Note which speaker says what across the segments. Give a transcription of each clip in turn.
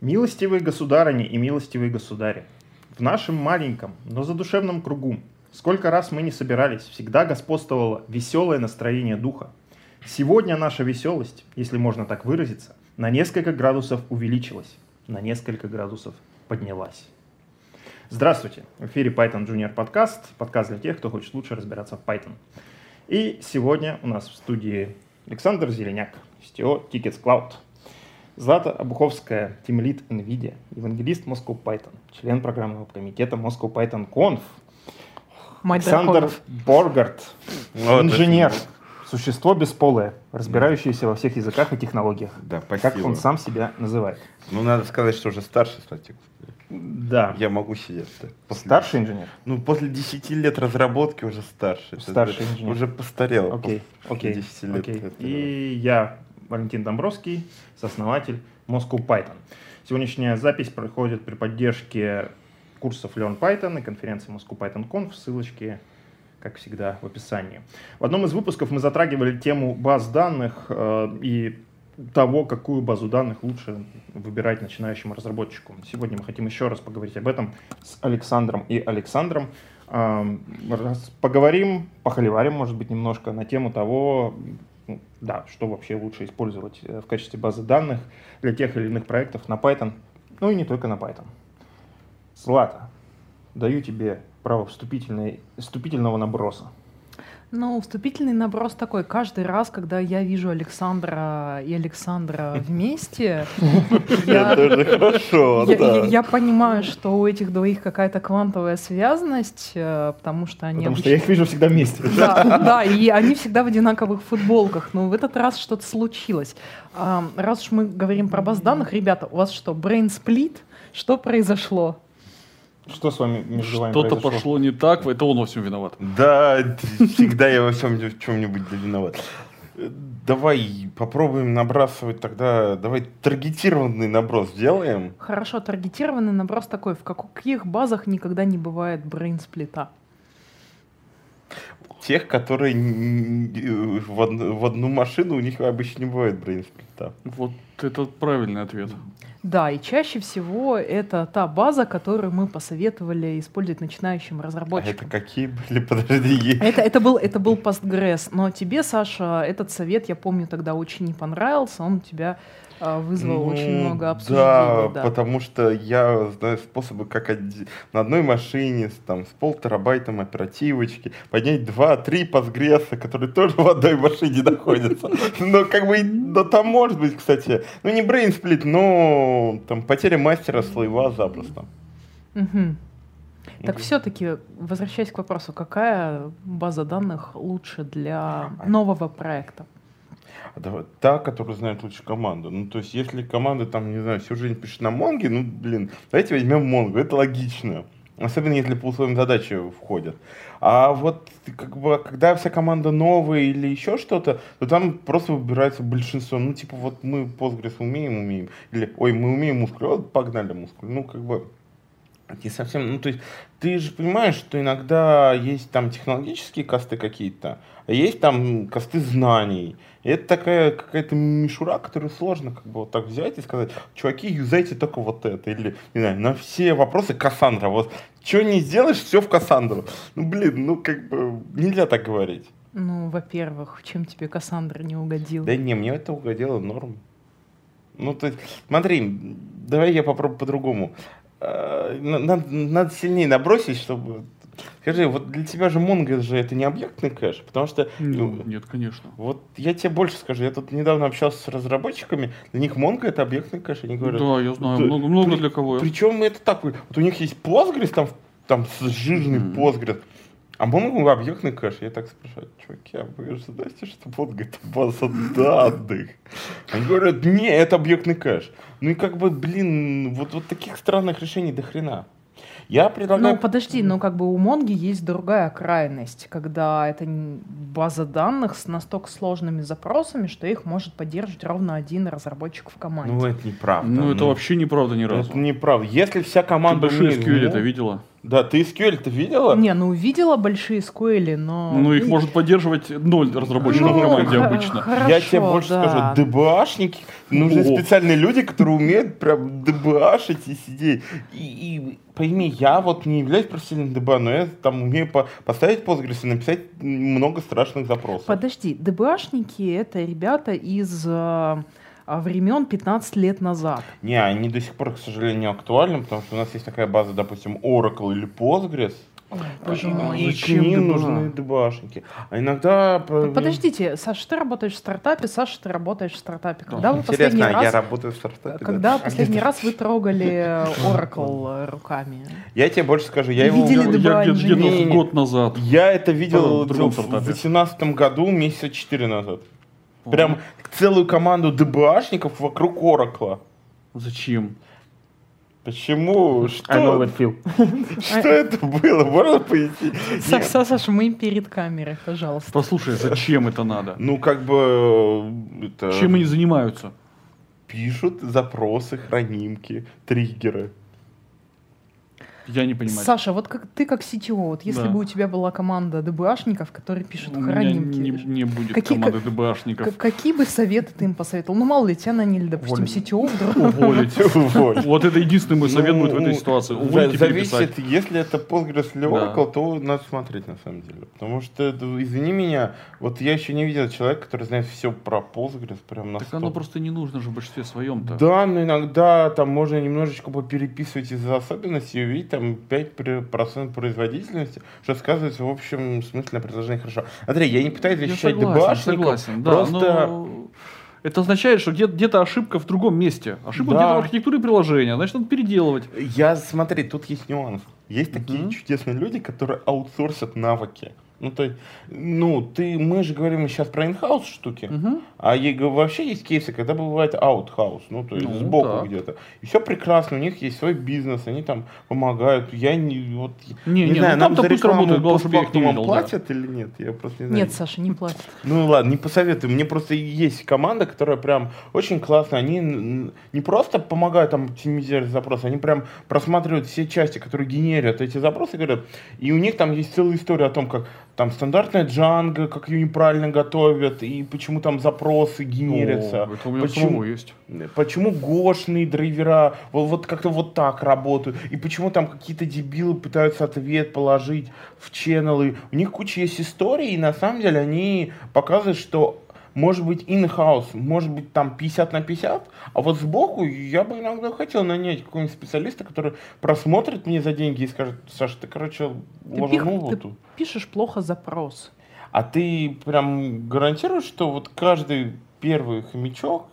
Speaker 1: Милостивые государыни и милостивые государи, в нашем маленьком, но задушевном кругу, сколько раз мы не собирались, всегда господствовало веселое настроение духа. Сегодня наша веселость, если можно так выразиться, на несколько градусов увеличилась, на несколько градусов поднялась. Здравствуйте! В эфире Python Junior подкаст, подкаст для тех, кто хочет лучше разбираться в Python. И сегодня у нас в студии Александр Зеленяк, CTO Tickets Cloud. Злата Обуховская, тимлид NVIDIA, евангелист Moscow Python, член программного комитета Moscow Python Conf,
Speaker 2: Мать
Speaker 1: Александр
Speaker 2: драконов.
Speaker 1: Боргарт,
Speaker 3: Вот
Speaker 1: инженер,
Speaker 3: это
Speaker 1: существо бесполое, разбирающееся во всех языках и технологиях,
Speaker 3: Да,
Speaker 1: как
Speaker 3: спасибо.
Speaker 1: он сам себя называет.
Speaker 3: Ну, надо сказать, что уже старший статик.
Speaker 1: Да,
Speaker 3: Я могу сидеть. да. После-
Speaker 1: старший инженер.
Speaker 3: Ну, после 10 лет разработки уже старший. Это
Speaker 1: Старший
Speaker 3: же
Speaker 1: инженер.
Speaker 3: Уже постарел.
Speaker 1: Окей,
Speaker 3: после
Speaker 1: окей,
Speaker 3: 10 лет
Speaker 1: окей.
Speaker 3: этого.
Speaker 1: И я, Валентин Домбровский, сооснователь Moscow Python. Сегодняшняя запись проходит при поддержке курсов Learn Python и конференции Moscow Python Conf. Ссылочки, как всегда, в описании. В одном из выпусков мы затрагивали тему баз данных э, и того, какую базу данных лучше выбирать начинающему разработчику. Сегодня мы хотим еще раз поговорить об этом с Александром и Александром. Эм, раз- Поговорим, похоливарим, может быть, немножко на тему того, ну, да, что вообще лучше использовать э, в качестве базы данных для тех или иных проектов на Python, ну и не только на Python. Злата, даю тебе право вступительной- вступительного наброса.
Speaker 2: Ну, вступительный наброс такой. Каждый раз, когда я вижу Александра и Александра вместе, я-
Speaker 3: Это уже хорошо,
Speaker 2: я-
Speaker 3: да.
Speaker 2: я я понимаю, что у этих двоих какая-то квантовая связанность, э, потому что они
Speaker 1: Потому что
Speaker 2: обычно-
Speaker 1: я их вижу всегда вместе.
Speaker 2: Да, да, и они всегда в одинаковых футболках. Но в этот раз что-то случилось. А, Раз уж мы говорим про баз данных, ребята, у вас что, брейнсплит? Что произошло?
Speaker 1: Что с вами между вами
Speaker 4: Что-то
Speaker 1: произошло?
Speaker 4: пошло не так, это он во всем виноват.
Speaker 3: Да, ты- всегда я во всем в чем-нибудь да виноват. Э, Давай попробуем набрасывать тогда, давай таргетированный наброс сделаем.
Speaker 2: Хорошо, таргетированный наброс такой. В каких базах никогда не бывает брейнсплита?
Speaker 3: Тех, которые н- н- в одну, в одну машину, у них обычно не бывает брейнсплита.
Speaker 4: Вот это правильный ответ.
Speaker 2: Да, и чаще всего это та база, которую мы посоветовали использовать начинающим
Speaker 3: А это
Speaker 2: разработчикам.
Speaker 3: какие были? Подожди, есть.
Speaker 2: Это, это, был, это был Postgres, но тебе, Саша, этот совет, я помню, тогда очень не понравился, он у тебя а, вызвал
Speaker 3: Ну,
Speaker 2: очень много
Speaker 3: да,
Speaker 2: обсуждений. Да,
Speaker 3: потому что я знаю способы, как оди- на одной машине с, там, с полтерабайтом оперативочки поднять два-три подгресса, которые тоже в одной машине находятся. Но как бы, да там может быть, кстати, ну не брейнсплит, но там потеря мастера слоева запросто.
Speaker 2: Мгм. Так
Speaker 3: Мгм.
Speaker 2: все-таки, возвращаясь к вопросу, какая база данных лучше для нового проекта?
Speaker 3: А давай- Та, которая знает лучше команду. Ну, то есть, если команда там, не знаю, всю жизнь пишет на Монге, ну, блин, давайте возьмем Монгу, это логично. Особенно, если по условиям задачи входят. А вот, как бы, когда вся команда новая или еще что-то, то там просто выбирается большинство. Ну, типа, вот мы Postgres умеем, умеем. Или, ой, мы умеем мускуль, вот погнали мускуль. Ну, как бы, не совсем, ну, то есть, ты же понимаешь, что иногда есть там технологические косты какие-то, а есть там косты знаний. И это такая какая-то мишура, которую сложно как бы вот так взять и сказать, чуваки, юзайте только вот это. Или, не знаю, на все вопросы Кассандра. Вот что не сделаешь, все в Кассандру. Ну, блин, ну как бы нельзя так говорить.
Speaker 2: Ну, во-первых, чем тебе Кассандра не угодил?
Speaker 3: Да не, мне это угодило норм. Ну, то есть, смотри, давай я попробую по-другому. Э, на- на- Надо, сильнее набросить, чтобы... Скажи, вот для тебя же Mongo же это не объектный кэш, потому что
Speaker 4: Ну,
Speaker 3: Ну.
Speaker 4: нет, конечно.
Speaker 3: Вот я тебе больше скажу, я тут недавно общался с разработчиками, для них Mongo это объектный кэш, они говорят,
Speaker 4: Да, я знаю,
Speaker 3: да,
Speaker 4: много, много
Speaker 3: при-
Speaker 4: для кого. я.
Speaker 3: причем это так, вот у них есть Postgres, там, там с- жирный
Speaker 4: Мгм.
Speaker 3: Postgres, а Mongo объектный кэш, я так спрашиваю, чуваки, а вы же знаете, что Mongo это база данных? Они говорят, не, это объектный кэш. Ну и как бы, блин, вот, вот таких странных решений до хрена. Я предлагаю...
Speaker 2: Ну, подожди, но как бы у Монги есть другая крайность, когда это н- база данных с настолько сложными запросами, что их может поддерживать ровно один разработчик в команде.
Speaker 3: Ну, это неправда.
Speaker 4: Ну, это вообще неправда ни разу.
Speaker 3: Это неправда. Если вся команда
Speaker 4: Ты большой
Speaker 3: умеет в
Speaker 4: SQL это
Speaker 3: Mongo-
Speaker 4: видела?
Speaker 3: Да, ты SQL ты видела?
Speaker 2: Не, ну видела большие скуэли,
Speaker 3: А,
Speaker 2: но...
Speaker 4: Ну, их может поддерживать ноль разработчиков в
Speaker 2: Ну,
Speaker 4: команде
Speaker 2: х-
Speaker 4: обычно.
Speaker 2: хорошо,
Speaker 3: Я тебе больше
Speaker 2: да.
Speaker 3: скажу, ДБАшники, нужны
Speaker 4: О.
Speaker 3: специальные люди, которые умеют прям ДБАшить и сидеть. И, и пойми, я вот не являюсь профессиональным ДБА, но я там умею по- поставить Postgres и написать много страшных запросов.
Speaker 2: Подожди, ДБАшники — это ребята из э, а, времен 15 лет назад.
Speaker 3: Не, они до сих пор, к сожалению, актуальны, потому что у нас есть такая база, допустим, Oracle или Postgres,
Speaker 2: Ой,
Speaker 4: боже
Speaker 2: А,
Speaker 4: мой,
Speaker 3: и к
Speaker 4: зачем
Speaker 3: ним
Speaker 4: ДБА?
Speaker 3: нужны ДБАшники. А иногда...
Speaker 2: Ну,
Speaker 3: про-
Speaker 2: Подождите, Саша, ты работаешь в стартапе, Саша, ты работаешь в стартапе. Когда вы последний
Speaker 3: Интересно, а я
Speaker 2: раз...
Speaker 3: работаю в стартапе. да?
Speaker 2: Когда последний раз вы трогали э, Oracle э, руками?
Speaker 3: Я тебе больше скажу, я
Speaker 2: И
Speaker 3: его
Speaker 2: видели
Speaker 4: Я
Speaker 2: Или
Speaker 4: я где-
Speaker 2: DBA-инженер.
Speaker 4: где-то
Speaker 3: Не-не-не.
Speaker 4: год назад.
Speaker 3: Я это видел
Speaker 4: В другом
Speaker 3: в
Speaker 4: стартапе.
Speaker 3: 2018 году, месяца 4 назад. Прям целую команду ДБАшников вокруг Оракла.
Speaker 4: Зачем?
Speaker 3: Почему?
Speaker 1: I know
Speaker 3: Что,
Speaker 1: that feel.
Speaker 3: что это было? Можно пояснить?
Speaker 2: Са-
Speaker 3: Нет.
Speaker 2: Са- Саша, мы перед камерой, пожалуйста.
Speaker 4: Послушай, зачем это надо?
Speaker 3: Ну, как бы... э, это,
Speaker 4: Чем они занимаются?
Speaker 3: Пишут запросы, хранимки, триггеры.
Speaker 4: Я не понимаю.
Speaker 2: Саша, вот как ты как CTO, вот если
Speaker 4: Да.
Speaker 2: бы у тебя была команда ДБАшников, которые пишут
Speaker 4: У меня
Speaker 2: хранимки,
Speaker 4: не, не будет
Speaker 2: Какие-
Speaker 4: команды
Speaker 2: к-
Speaker 4: ДБАшников.
Speaker 2: какие бы советы ты им посоветовал? Ну, мало ли, тебя наняли, допустим,
Speaker 4: Уволить.
Speaker 2: CTO вдруг.
Speaker 4: Уволить.
Speaker 3: Уволь.
Speaker 4: Вот это единственный мой совет
Speaker 3: Ну,
Speaker 4: будет в этой ситуации.
Speaker 3: за-
Speaker 4: Уволить и переписать.
Speaker 3: Зависит, если это Postgres или
Speaker 4: Да.
Speaker 3: Oracle, то надо смотреть на самом деле. Потому что, это, извини меня, вот я еще не видел человека, который знает все про Postgres прям на
Speaker 4: Так оно
Speaker 3: 100%.
Speaker 4: просто не нужно же в большинстве своем-то.
Speaker 3: Да, но иногда там можно немножечко попереписывать из-за особенностей и увидеть там 5% производительности, что сказывается в общем смысле на предложении хорошо. Андрей, я не пытаюсь
Speaker 4: Я
Speaker 3: защищать
Speaker 4: согласен,
Speaker 3: ДБАшников,
Speaker 4: согласен. Да, ну,
Speaker 3: просто...
Speaker 4: но Это означает, что где- где-то ошибка в другом месте. Ошибка
Speaker 3: Да.
Speaker 4: где-то в архитектуре приложения. Значит, надо переделывать.
Speaker 3: Я, смотри, тут есть нюанс. Есть такие
Speaker 4: Мгм.
Speaker 3: чудесные люди, которые аутсорсят навыки. Ну, то есть, ну, ты, мы же говорим сейчас про инхаус штуки,
Speaker 4: Мгм.
Speaker 3: а я говорю, вообще есть кейсы, когда бывает аутхаус, ну, то есть
Speaker 4: Ну,
Speaker 3: сбоку
Speaker 4: так.
Speaker 3: где-то. И все прекрасно, у них есть свой бизнес, они там помогают. Я не, вот,
Speaker 4: Не, не, ну
Speaker 3: нам
Speaker 4: там-то
Speaker 3: за
Speaker 4: пусть
Speaker 3: рекламу
Speaker 4: работают, главное, чтобы я их не
Speaker 3: постфактум
Speaker 4: видел, да.
Speaker 3: платят или нет, я просто не знаю.
Speaker 2: Нет, Саша, не платит.
Speaker 3: Ну ладно, не посоветую. Мне просто есть команда, которая прям очень классная. Они м, не просто помогают там оптимизировать запросы, они прям просматривают все части, которые генерят эти запросы, говорят. И у них там есть целая история о том, как там стандартная джанга, как ее неправильно готовят, и почему там запросы генерятся.
Speaker 4: О, Это у меня
Speaker 3: Почему-
Speaker 4: самого есть.
Speaker 3: Почему гошные драйвера вот, вот как-то вот так работают? И почему там какие-то дебилы пытаются ответ положить в ченнелы? У них куча есть историй, и на самом деле они показывают, что может быть in-house, может быть там 50 на 50, а вот сбоку я бы иногда хотел нанять какого-нибудь специалиста, который просмотрит мне за деньги и скажет, Саша, ты, короче,
Speaker 2: Ты,
Speaker 3: уложил
Speaker 2: пих-
Speaker 3: ну,
Speaker 2: ты
Speaker 3: вот
Speaker 2: пишешь плохо запрос.
Speaker 3: а ты прям гарантируешь, что вот каждый первый хомячок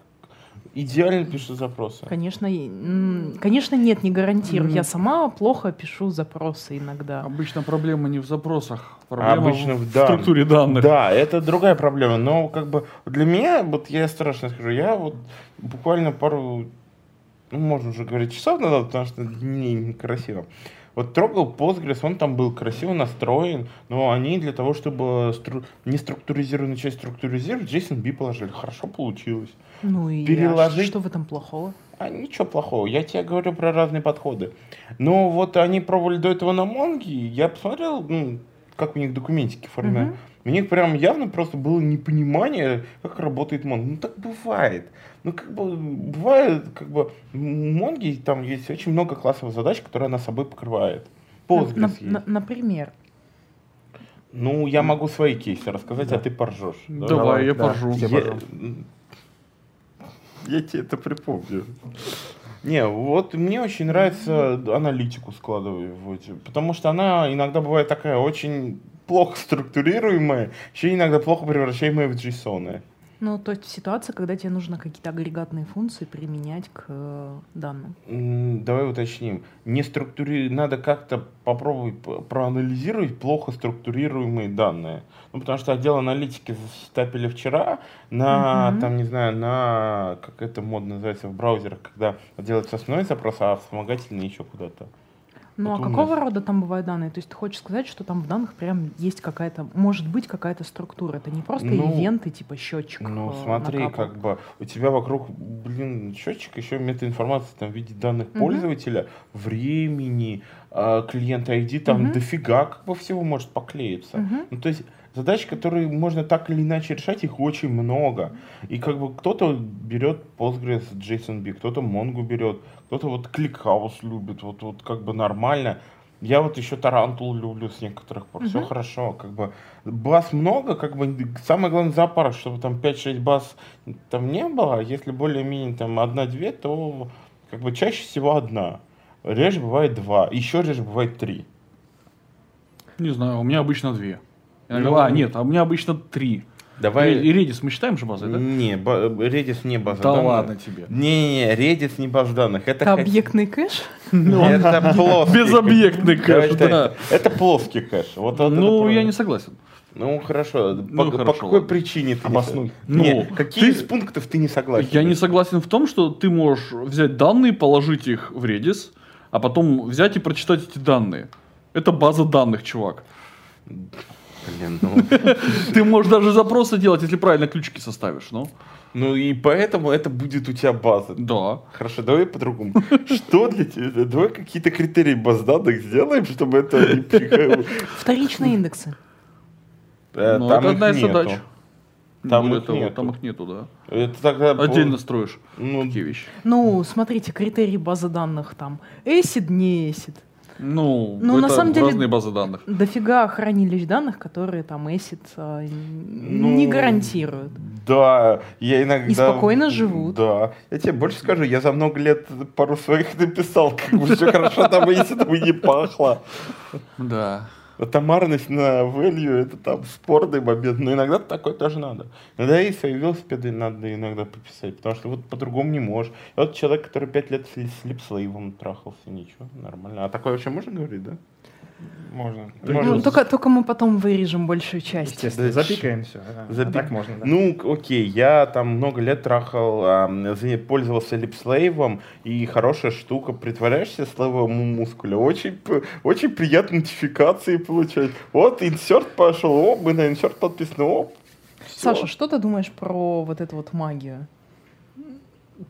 Speaker 3: идеально пишет запросы?
Speaker 2: Конечно, и- м, конечно нет, не гарантирую.
Speaker 4: Мгм. А
Speaker 2: Я сама плохо пишу запросы иногда.
Speaker 4: Обычно проблема не в запросах, проблема
Speaker 3: Обычно
Speaker 4: в,
Speaker 3: в данных.
Speaker 4: структуре данных.
Speaker 3: Да, это другая проблема. Но как бы для меня, вот я страшно скажу, я вот буквально пару, ну, можно уже говорить, часов назад, потому что не, некрасиво. Вот трогал Postgres, он там был красиво настроен, но они для того, чтобы стру- неструктуризированную часть структуризировать, JSONB положили. Хорошо получилось.
Speaker 2: Ну и а
Speaker 3: Переложить-
Speaker 2: что в этом плохого?
Speaker 3: А ничего плохого, я тебе говорю про разные подходы. Но вот они пробовали до этого на Монге, и я посмотрел, ну, как у них документики формируют.
Speaker 2: Мгм.
Speaker 3: У них прям явно просто было непонимание, как работает Монг. Ну так бывает. Ну как бы бывает, как бы в Монге там есть очень много классовых задач, которые она собой покрывает. Postgres
Speaker 2: Ну, На-
Speaker 3: есть.
Speaker 2: на- на- например.
Speaker 3: Ну, я могу свои кейсы рассказать, а ты поржешь.
Speaker 4: Давай,
Speaker 1: Давай,
Speaker 4: я
Speaker 1: да.
Speaker 4: поржу.
Speaker 1: Я поржу.
Speaker 3: Я тебе это припомню. Не, вот мне очень нравится аналитику складывать, потому что она иногда бывает такая очень плохо структурируемая, еще иногда плохо превращаемая в JSON.
Speaker 2: Ну, то есть ситуация, когда тебе нужно какие-то агрегатные функции применять к э, данным.
Speaker 3: М, Давай уточним. Не структури... Надо как-то попробовать п- проанализировать плохо структурируемые данные. Ну, потому что отдел аналитики стапили вчера на,
Speaker 2: Мгм.
Speaker 3: там, не знаю, на, как это модно называется в браузерах, когда делается основной запрос, а вспомогательный еще куда-то.
Speaker 2: Ну
Speaker 3: Вот
Speaker 2: а
Speaker 3: у нас.
Speaker 2: какого рода там бывают данные? То есть ты хочешь сказать, что там в данных прям есть какая-то, может быть какая-то структура. Это не просто
Speaker 3: Ну,
Speaker 2: ивенты типа счетчик.
Speaker 3: Ну,
Speaker 2: э,
Speaker 3: смотри,
Speaker 2: накапал.
Speaker 3: как бы у тебя вокруг, блин, счетчик, еще метаинформация там в виде данных
Speaker 2: Мгм.
Speaker 3: пользователя, времени, а, клиента ID, там
Speaker 2: Мгм.
Speaker 3: дофига как бы всего может поклеиться.
Speaker 2: Мгм.
Speaker 3: Ну, то есть задач, которые можно так или иначе решать, их очень много. И как бы кто-то берет Postgres, JSONB, кто-то Mongo берет, кто-то вот ClickHouse любит, вот, вот как бы нормально. Я вот еще Тарантул люблю с некоторых пор. Все
Speaker 2: Мгм.
Speaker 3: хорошо, как бы баз много, как бы самое главное запар, чтобы там 5-6 баз там не было. а Если более-менее там одна-две, то как бы чаще всего одна. Реже бывает два, еще реже бывает три.
Speaker 4: Не знаю, у меня обычно две. Я
Speaker 3: Ну.
Speaker 4: говорю, а, нет, а у меня обычно три.
Speaker 3: Давай.
Speaker 4: И Redis мы считаем же базой, да?
Speaker 3: Не, ба- э, Redis не база
Speaker 4: да
Speaker 3: данных.
Speaker 4: ладно тебе.
Speaker 3: Не-не-не, Redis не база данных. Это,
Speaker 2: Это
Speaker 3: хэ-
Speaker 2: объектный кэш?
Speaker 3: это плоский.
Speaker 4: Безобъектный
Speaker 3: кэш.
Speaker 4: кэш,
Speaker 3: Давай,
Speaker 4: да.
Speaker 3: давай. Это плоский кэш. Вот это
Speaker 4: Ну,
Speaker 3: правда.
Speaker 4: я не согласен.
Speaker 3: Ну, хорошо.
Speaker 4: Ну,
Speaker 3: по, по
Speaker 4: хорошо,
Speaker 3: какой
Speaker 4: ладно.
Speaker 3: причине ты
Speaker 1: Обоснуй.
Speaker 3: Не...
Speaker 4: Ну,
Speaker 3: Не, какие
Speaker 4: ты-
Speaker 3: из пунктов ты не согласен?
Speaker 4: Я не согласен в том, что ты можешь взять данные, положить их в Redis, а потом взять и прочитать эти данные. Это база данных, чувак.
Speaker 3: Блин, ну...
Speaker 4: Ты можешь даже запросы делать, если правильно ключики составишь, ну.
Speaker 3: ну и поэтому это будет у тебя база.
Speaker 4: Да.
Speaker 3: Хорошо, давай по-другому. Что для тебя? Давай какие-то критерии баз данных сделаем, чтобы это не приходило.
Speaker 2: Вторичные индексы.
Speaker 3: Э,
Speaker 4: Но
Speaker 3: Там
Speaker 4: Ну, это
Speaker 3: их
Speaker 4: одна из
Speaker 3: нету.
Speaker 4: задач.
Speaker 3: Там
Speaker 4: Более
Speaker 3: их
Speaker 4: того,
Speaker 3: нету.
Speaker 4: Там их нету, да.
Speaker 3: Это тогда...
Speaker 4: Отдельно строишь
Speaker 3: Ну,
Speaker 4: такие вещи.
Speaker 2: Ну, смотрите, критерии базы данных там. ACID, не ACID.
Speaker 4: Ну,
Speaker 2: Ну,
Speaker 4: это
Speaker 2: на самом деле-
Speaker 4: разные базы данных.
Speaker 2: Дофига хранилищ данных, которые там ACID э,
Speaker 3: Ну,
Speaker 2: не гарантируют.
Speaker 3: Да, я иногда...
Speaker 2: И спокойно живут.
Speaker 3: Да. Я тебе больше скажу, я за много лет пару своих написал, как бы все хорошо там если там и не пахло.
Speaker 4: Да.
Speaker 3: А Томарность на value это там спорный момент, но иногда такое тоже надо. Иногда и свои велосипеды надо иногда пописать, потому что вот по-другому не можешь. И вот человек, который пять лет с ли- с липслейвом трахался, ничего, нормально. А такое вообще можно говорить, да?
Speaker 1: Можно.
Speaker 3: Можно.
Speaker 2: Ну, только, только мы потом вырежем большую часть.
Speaker 1: Естественно,
Speaker 3: Да,
Speaker 1: запикаем все.
Speaker 3: Запи-
Speaker 1: Так можно, да.
Speaker 3: Ну, к- окей, я там много лет трахал, ам, за- пользовался липслейвом, и хорошая штука, притворяешься слоевым мускуля, очень, п- очень приятно нотификации получать. Вот, инсерт пошел, о, мы на инсерт подписаны, о, всё.
Speaker 2: Саша, что ты думаешь про вот эту вот магию?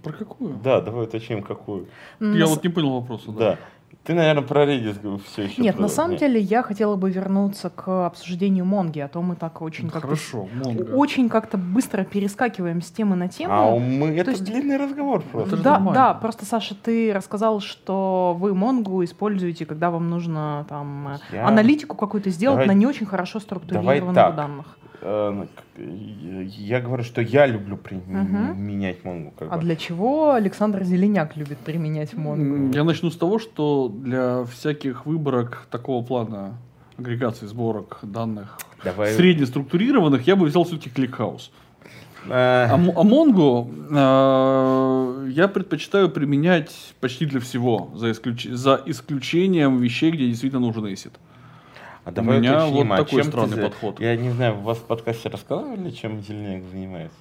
Speaker 4: Про какую?
Speaker 3: Да, давай уточним, какую.
Speaker 4: Я
Speaker 2: На
Speaker 4: вот не понял вопроса. да.
Speaker 3: Да. Ты, наверное, про Redis все еще.
Speaker 2: Нет, на самом деле я хотела бы вернуться к обсуждению Монги, а то мы так
Speaker 3: Ну,
Speaker 2: очень как-то
Speaker 4: Хорошо, Монго.
Speaker 2: очень как-то быстро перескакиваем с темы на тему.
Speaker 3: А мы, это
Speaker 2: есть-
Speaker 3: длинный разговор
Speaker 4: Это
Speaker 3: просто.
Speaker 4: же
Speaker 2: да,
Speaker 4: нормально.
Speaker 2: да, просто, Саша, ты рассказал, что вы Монгу используете, когда вам нужно там э,
Speaker 3: Я-
Speaker 2: аналитику какую-то сделать
Speaker 3: Давай-
Speaker 2: на не очень хорошо структурированных
Speaker 3: так.
Speaker 2: данных.
Speaker 3: Э, к- Я говорю, что я люблю при-
Speaker 2: Мгм.
Speaker 3: менять мангу. Как
Speaker 2: А
Speaker 3: бы.
Speaker 2: для чего Александр Зеленяк любит применять Монгу?
Speaker 4: М, Я начну с того, что для всяких выборок такого плана агрегации, сборок данных,
Speaker 3: Давай.
Speaker 4: среднеструктурированных, я бы взял все-таки кликхаус.
Speaker 3: Э,
Speaker 4: А Мо- а Монгу э, я предпочитаю применять почти для всего, за, исключ- за исключением вещей, где действительно нужен ACID.
Speaker 3: А давай
Speaker 4: У меня
Speaker 3: уточним,
Speaker 4: вот
Speaker 3: а
Speaker 4: такой
Speaker 3: чем ты
Speaker 4: странный
Speaker 3: за-
Speaker 4: подход.
Speaker 3: Я не знаю, у вас в подкасте рассказывали, чем Зеленяк занимается?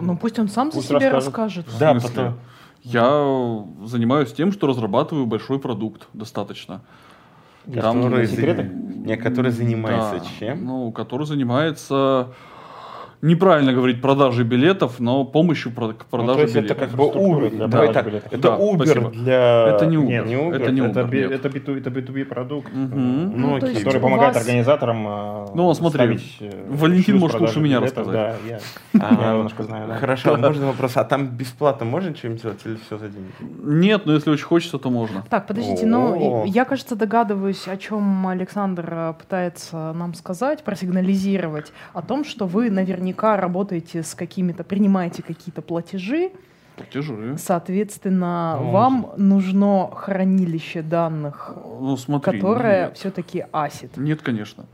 Speaker 2: Ну пусть он сам за
Speaker 3: Пусть
Speaker 2: себя
Speaker 3: расскажет.
Speaker 2: расскажет.
Speaker 4: В
Speaker 3: Да,
Speaker 4: смысле?
Speaker 3: потом-
Speaker 4: Я занимаюсь тем, что разрабатываю большой продукт достаточно. Там
Speaker 3: Который
Speaker 4: есть
Speaker 3: за- Не, который занимается
Speaker 4: Да,
Speaker 3: чем?
Speaker 4: Ну, который занимается, неправильно говорить, продажей билетов, но помощью про- к
Speaker 3: Ну, то
Speaker 4: продаже
Speaker 3: есть это
Speaker 4: билетов.
Speaker 3: как бы Uber.
Speaker 1: для
Speaker 3: Давай
Speaker 1: продажи
Speaker 3: так,
Speaker 1: билетов.
Speaker 3: это
Speaker 4: Да, спасибо.
Speaker 3: Uber для...
Speaker 4: Это не Uber.
Speaker 1: Нет,
Speaker 3: Не Uber.
Speaker 1: это
Speaker 4: не
Speaker 1: это
Speaker 4: Uber,
Speaker 1: би-
Speaker 4: нет.
Speaker 1: это B2- это B2B продукт,
Speaker 4: Мгм.
Speaker 3: Ну,
Speaker 2: Ну, то
Speaker 3: окей.
Speaker 2: есть
Speaker 1: который
Speaker 2: у
Speaker 1: помогает
Speaker 2: вас-
Speaker 1: организаторам. э,
Speaker 4: Ну, смотри,
Speaker 1: ставить, э,
Speaker 4: Валентин
Speaker 1: шлюз
Speaker 4: может лучше
Speaker 1: продажи
Speaker 4: меня
Speaker 1: билетов.
Speaker 4: рассказать.
Speaker 1: Да, я- я
Speaker 3: А,
Speaker 1: немножко знаю. да.
Speaker 3: Хорошо, а можно вопрос, а там бесплатно можно что-нибудь делать или все за деньги?
Speaker 4: Нет, но если очень хочется, то можно.
Speaker 2: Так, подождите, но
Speaker 3: О.
Speaker 2: и- я, кажется, догадываюсь, о чем Александр э, пытается нам сказать, просигнализировать, о том, что вы наверняка работаете с какими-то, принимаете какие-то платежи,
Speaker 4: Платежи.
Speaker 2: соответственно,
Speaker 3: Ну,
Speaker 2: вам нужно хранилище данных,
Speaker 4: Ну, смотри.
Speaker 2: которое
Speaker 4: Нет,
Speaker 2: все-таки асит.
Speaker 4: Нет, конечно.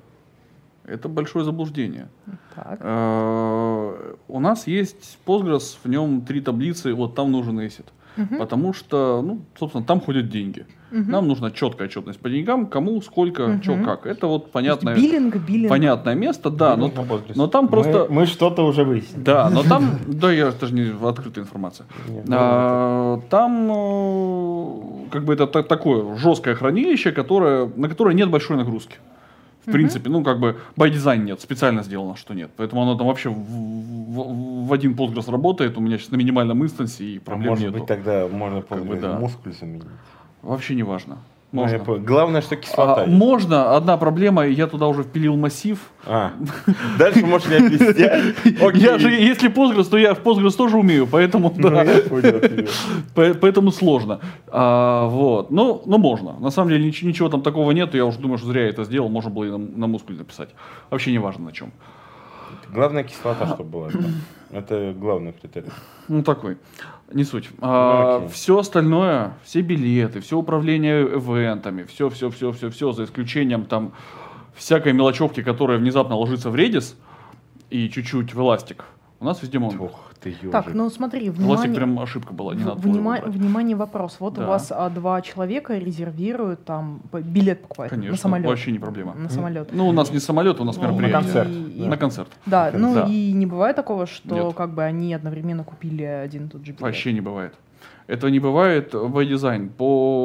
Speaker 4: Это большое заблуждение.
Speaker 2: Так.
Speaker 4: Э, у нас есть Postgres, в нем три таблицы, вот там нужен ACID.
Speaker 2: Мгм.
Speaker 4: Потому что, ну, собственно, там ходят деньги.
Speaker 2: Мгм.
Speaker 4: Нам нужна четкая отчетность по деньгам, кому, сколько,
Speaker 2: Мгм.
Speaker 4: что, как. Это вот
Speaker 2: То есть
Speaker 4: понятное,
Speaker 2: Биллинг, биллинг.
Speaker 4: понятное место, да. Но,
Speaker 3: Нужно Postgres.
Speaker 4: но там просто...
Speaker 1: Мы, мы что-то уже выяснили.
Speaker 4: Да, но там... Да, я даже не открытая информация.
Speaker 3: Нет, ну,
Speaker 4: А, Там э, как бы это та- такое жесткое хранилище, которое, на которое нет большой нагрузки. В
Speaker 2: Мгм.
Speaker 4: принципе, ну как бы by design нет, специально сделано, что нет. Поэтому оно там вообще в, в- в один Postgres работает, у меня сейчас на минимальном инстансе и
Speaker 3: А
Speaker 4: проблем
Speaker 3: может
Speaker 4: нету.
Speaker 3: быть, тогда можно
Speaker 4: Как бы
Speaker 3: Postgres
Speaker 4: да.
Speaker 3: мускуль заменить.
Speaker 4: Вообще не важно.
Speaker 3: Ну,
Speaker 4: Можно.
Speaker 3: я понял. Главное, что кислота.
Speaker 4: А,
Speaker 3: есть.
Speaker 4: можно, одна проблема, я туда уже впилил массив.
Speaker 3: А. Дальше можешь не объяснять. Окей.
Speaker 4: Я же, если Postgres, то я в Postgres тоже умею, поэтому
Speaker 3: Ну,
Speaker 4: да.
Speaker 3: я понял тебя.
Speaker 4: По- Поэтому сложно. А, вот. Ну, но можно. На самом деле нич- ничего там такого нет. Я уже думаю, что зря я это сделал. Можно было и на, на мускуле написать. Вообще не важно на чем.
Speaker 3: Главное, кислота, чтобы была. там. Это главный критерий.
Speaker 4: Ну, такой. Не суть.
Speaker 3: Ну, окей.
Speaker 4: все остальное, все билеты, все управление ивентами, все, все, все, все, все, за исключением там всякой мелочевки, которая внезапно ложится в Redis и чуть-чуть в Elastic, у нас везде Mongo.
Speaker 3: Ох ты,
Speaker 2: Так,
Speaker 3: ежик.
Speaker 2: ну смотри,
Speaker 4: Elastic
Speaker 2: внимание.
Speaker 4: прям ошибка была, не
Speaker 2: В-
Speaker 4: надо было его
Speaker 2: внима-
Speaker 4: брать.
Speaker 2: внимание, вопрос. Вот
Speaker 4: Да.
Speaker 2: у вас а, два человека резервируют там п- билет покупают на
Speaker 4: Конечно,
Speaker 2: самолет.
Speaker 4: вообще не проблема.
Speaker 2: На самолет.
Speaker 4: Ну, у нас не самолет, у нас
Speaker 2: Ну,
Speaker 4: мероприятие.
Speaker 1: на концерт,
Speaker 2: и-
Speaker 4: На концерт.
Speaker 2: Да, ну
Speaker 4: Да.
Speaker 2: и не бывает такого, что
Speaker 4: Нет.
Speaker 2: как бы они одновременно купили один и тот же билет.
Speaker 4: Вообще не бывает. Этого не бывает в дизайн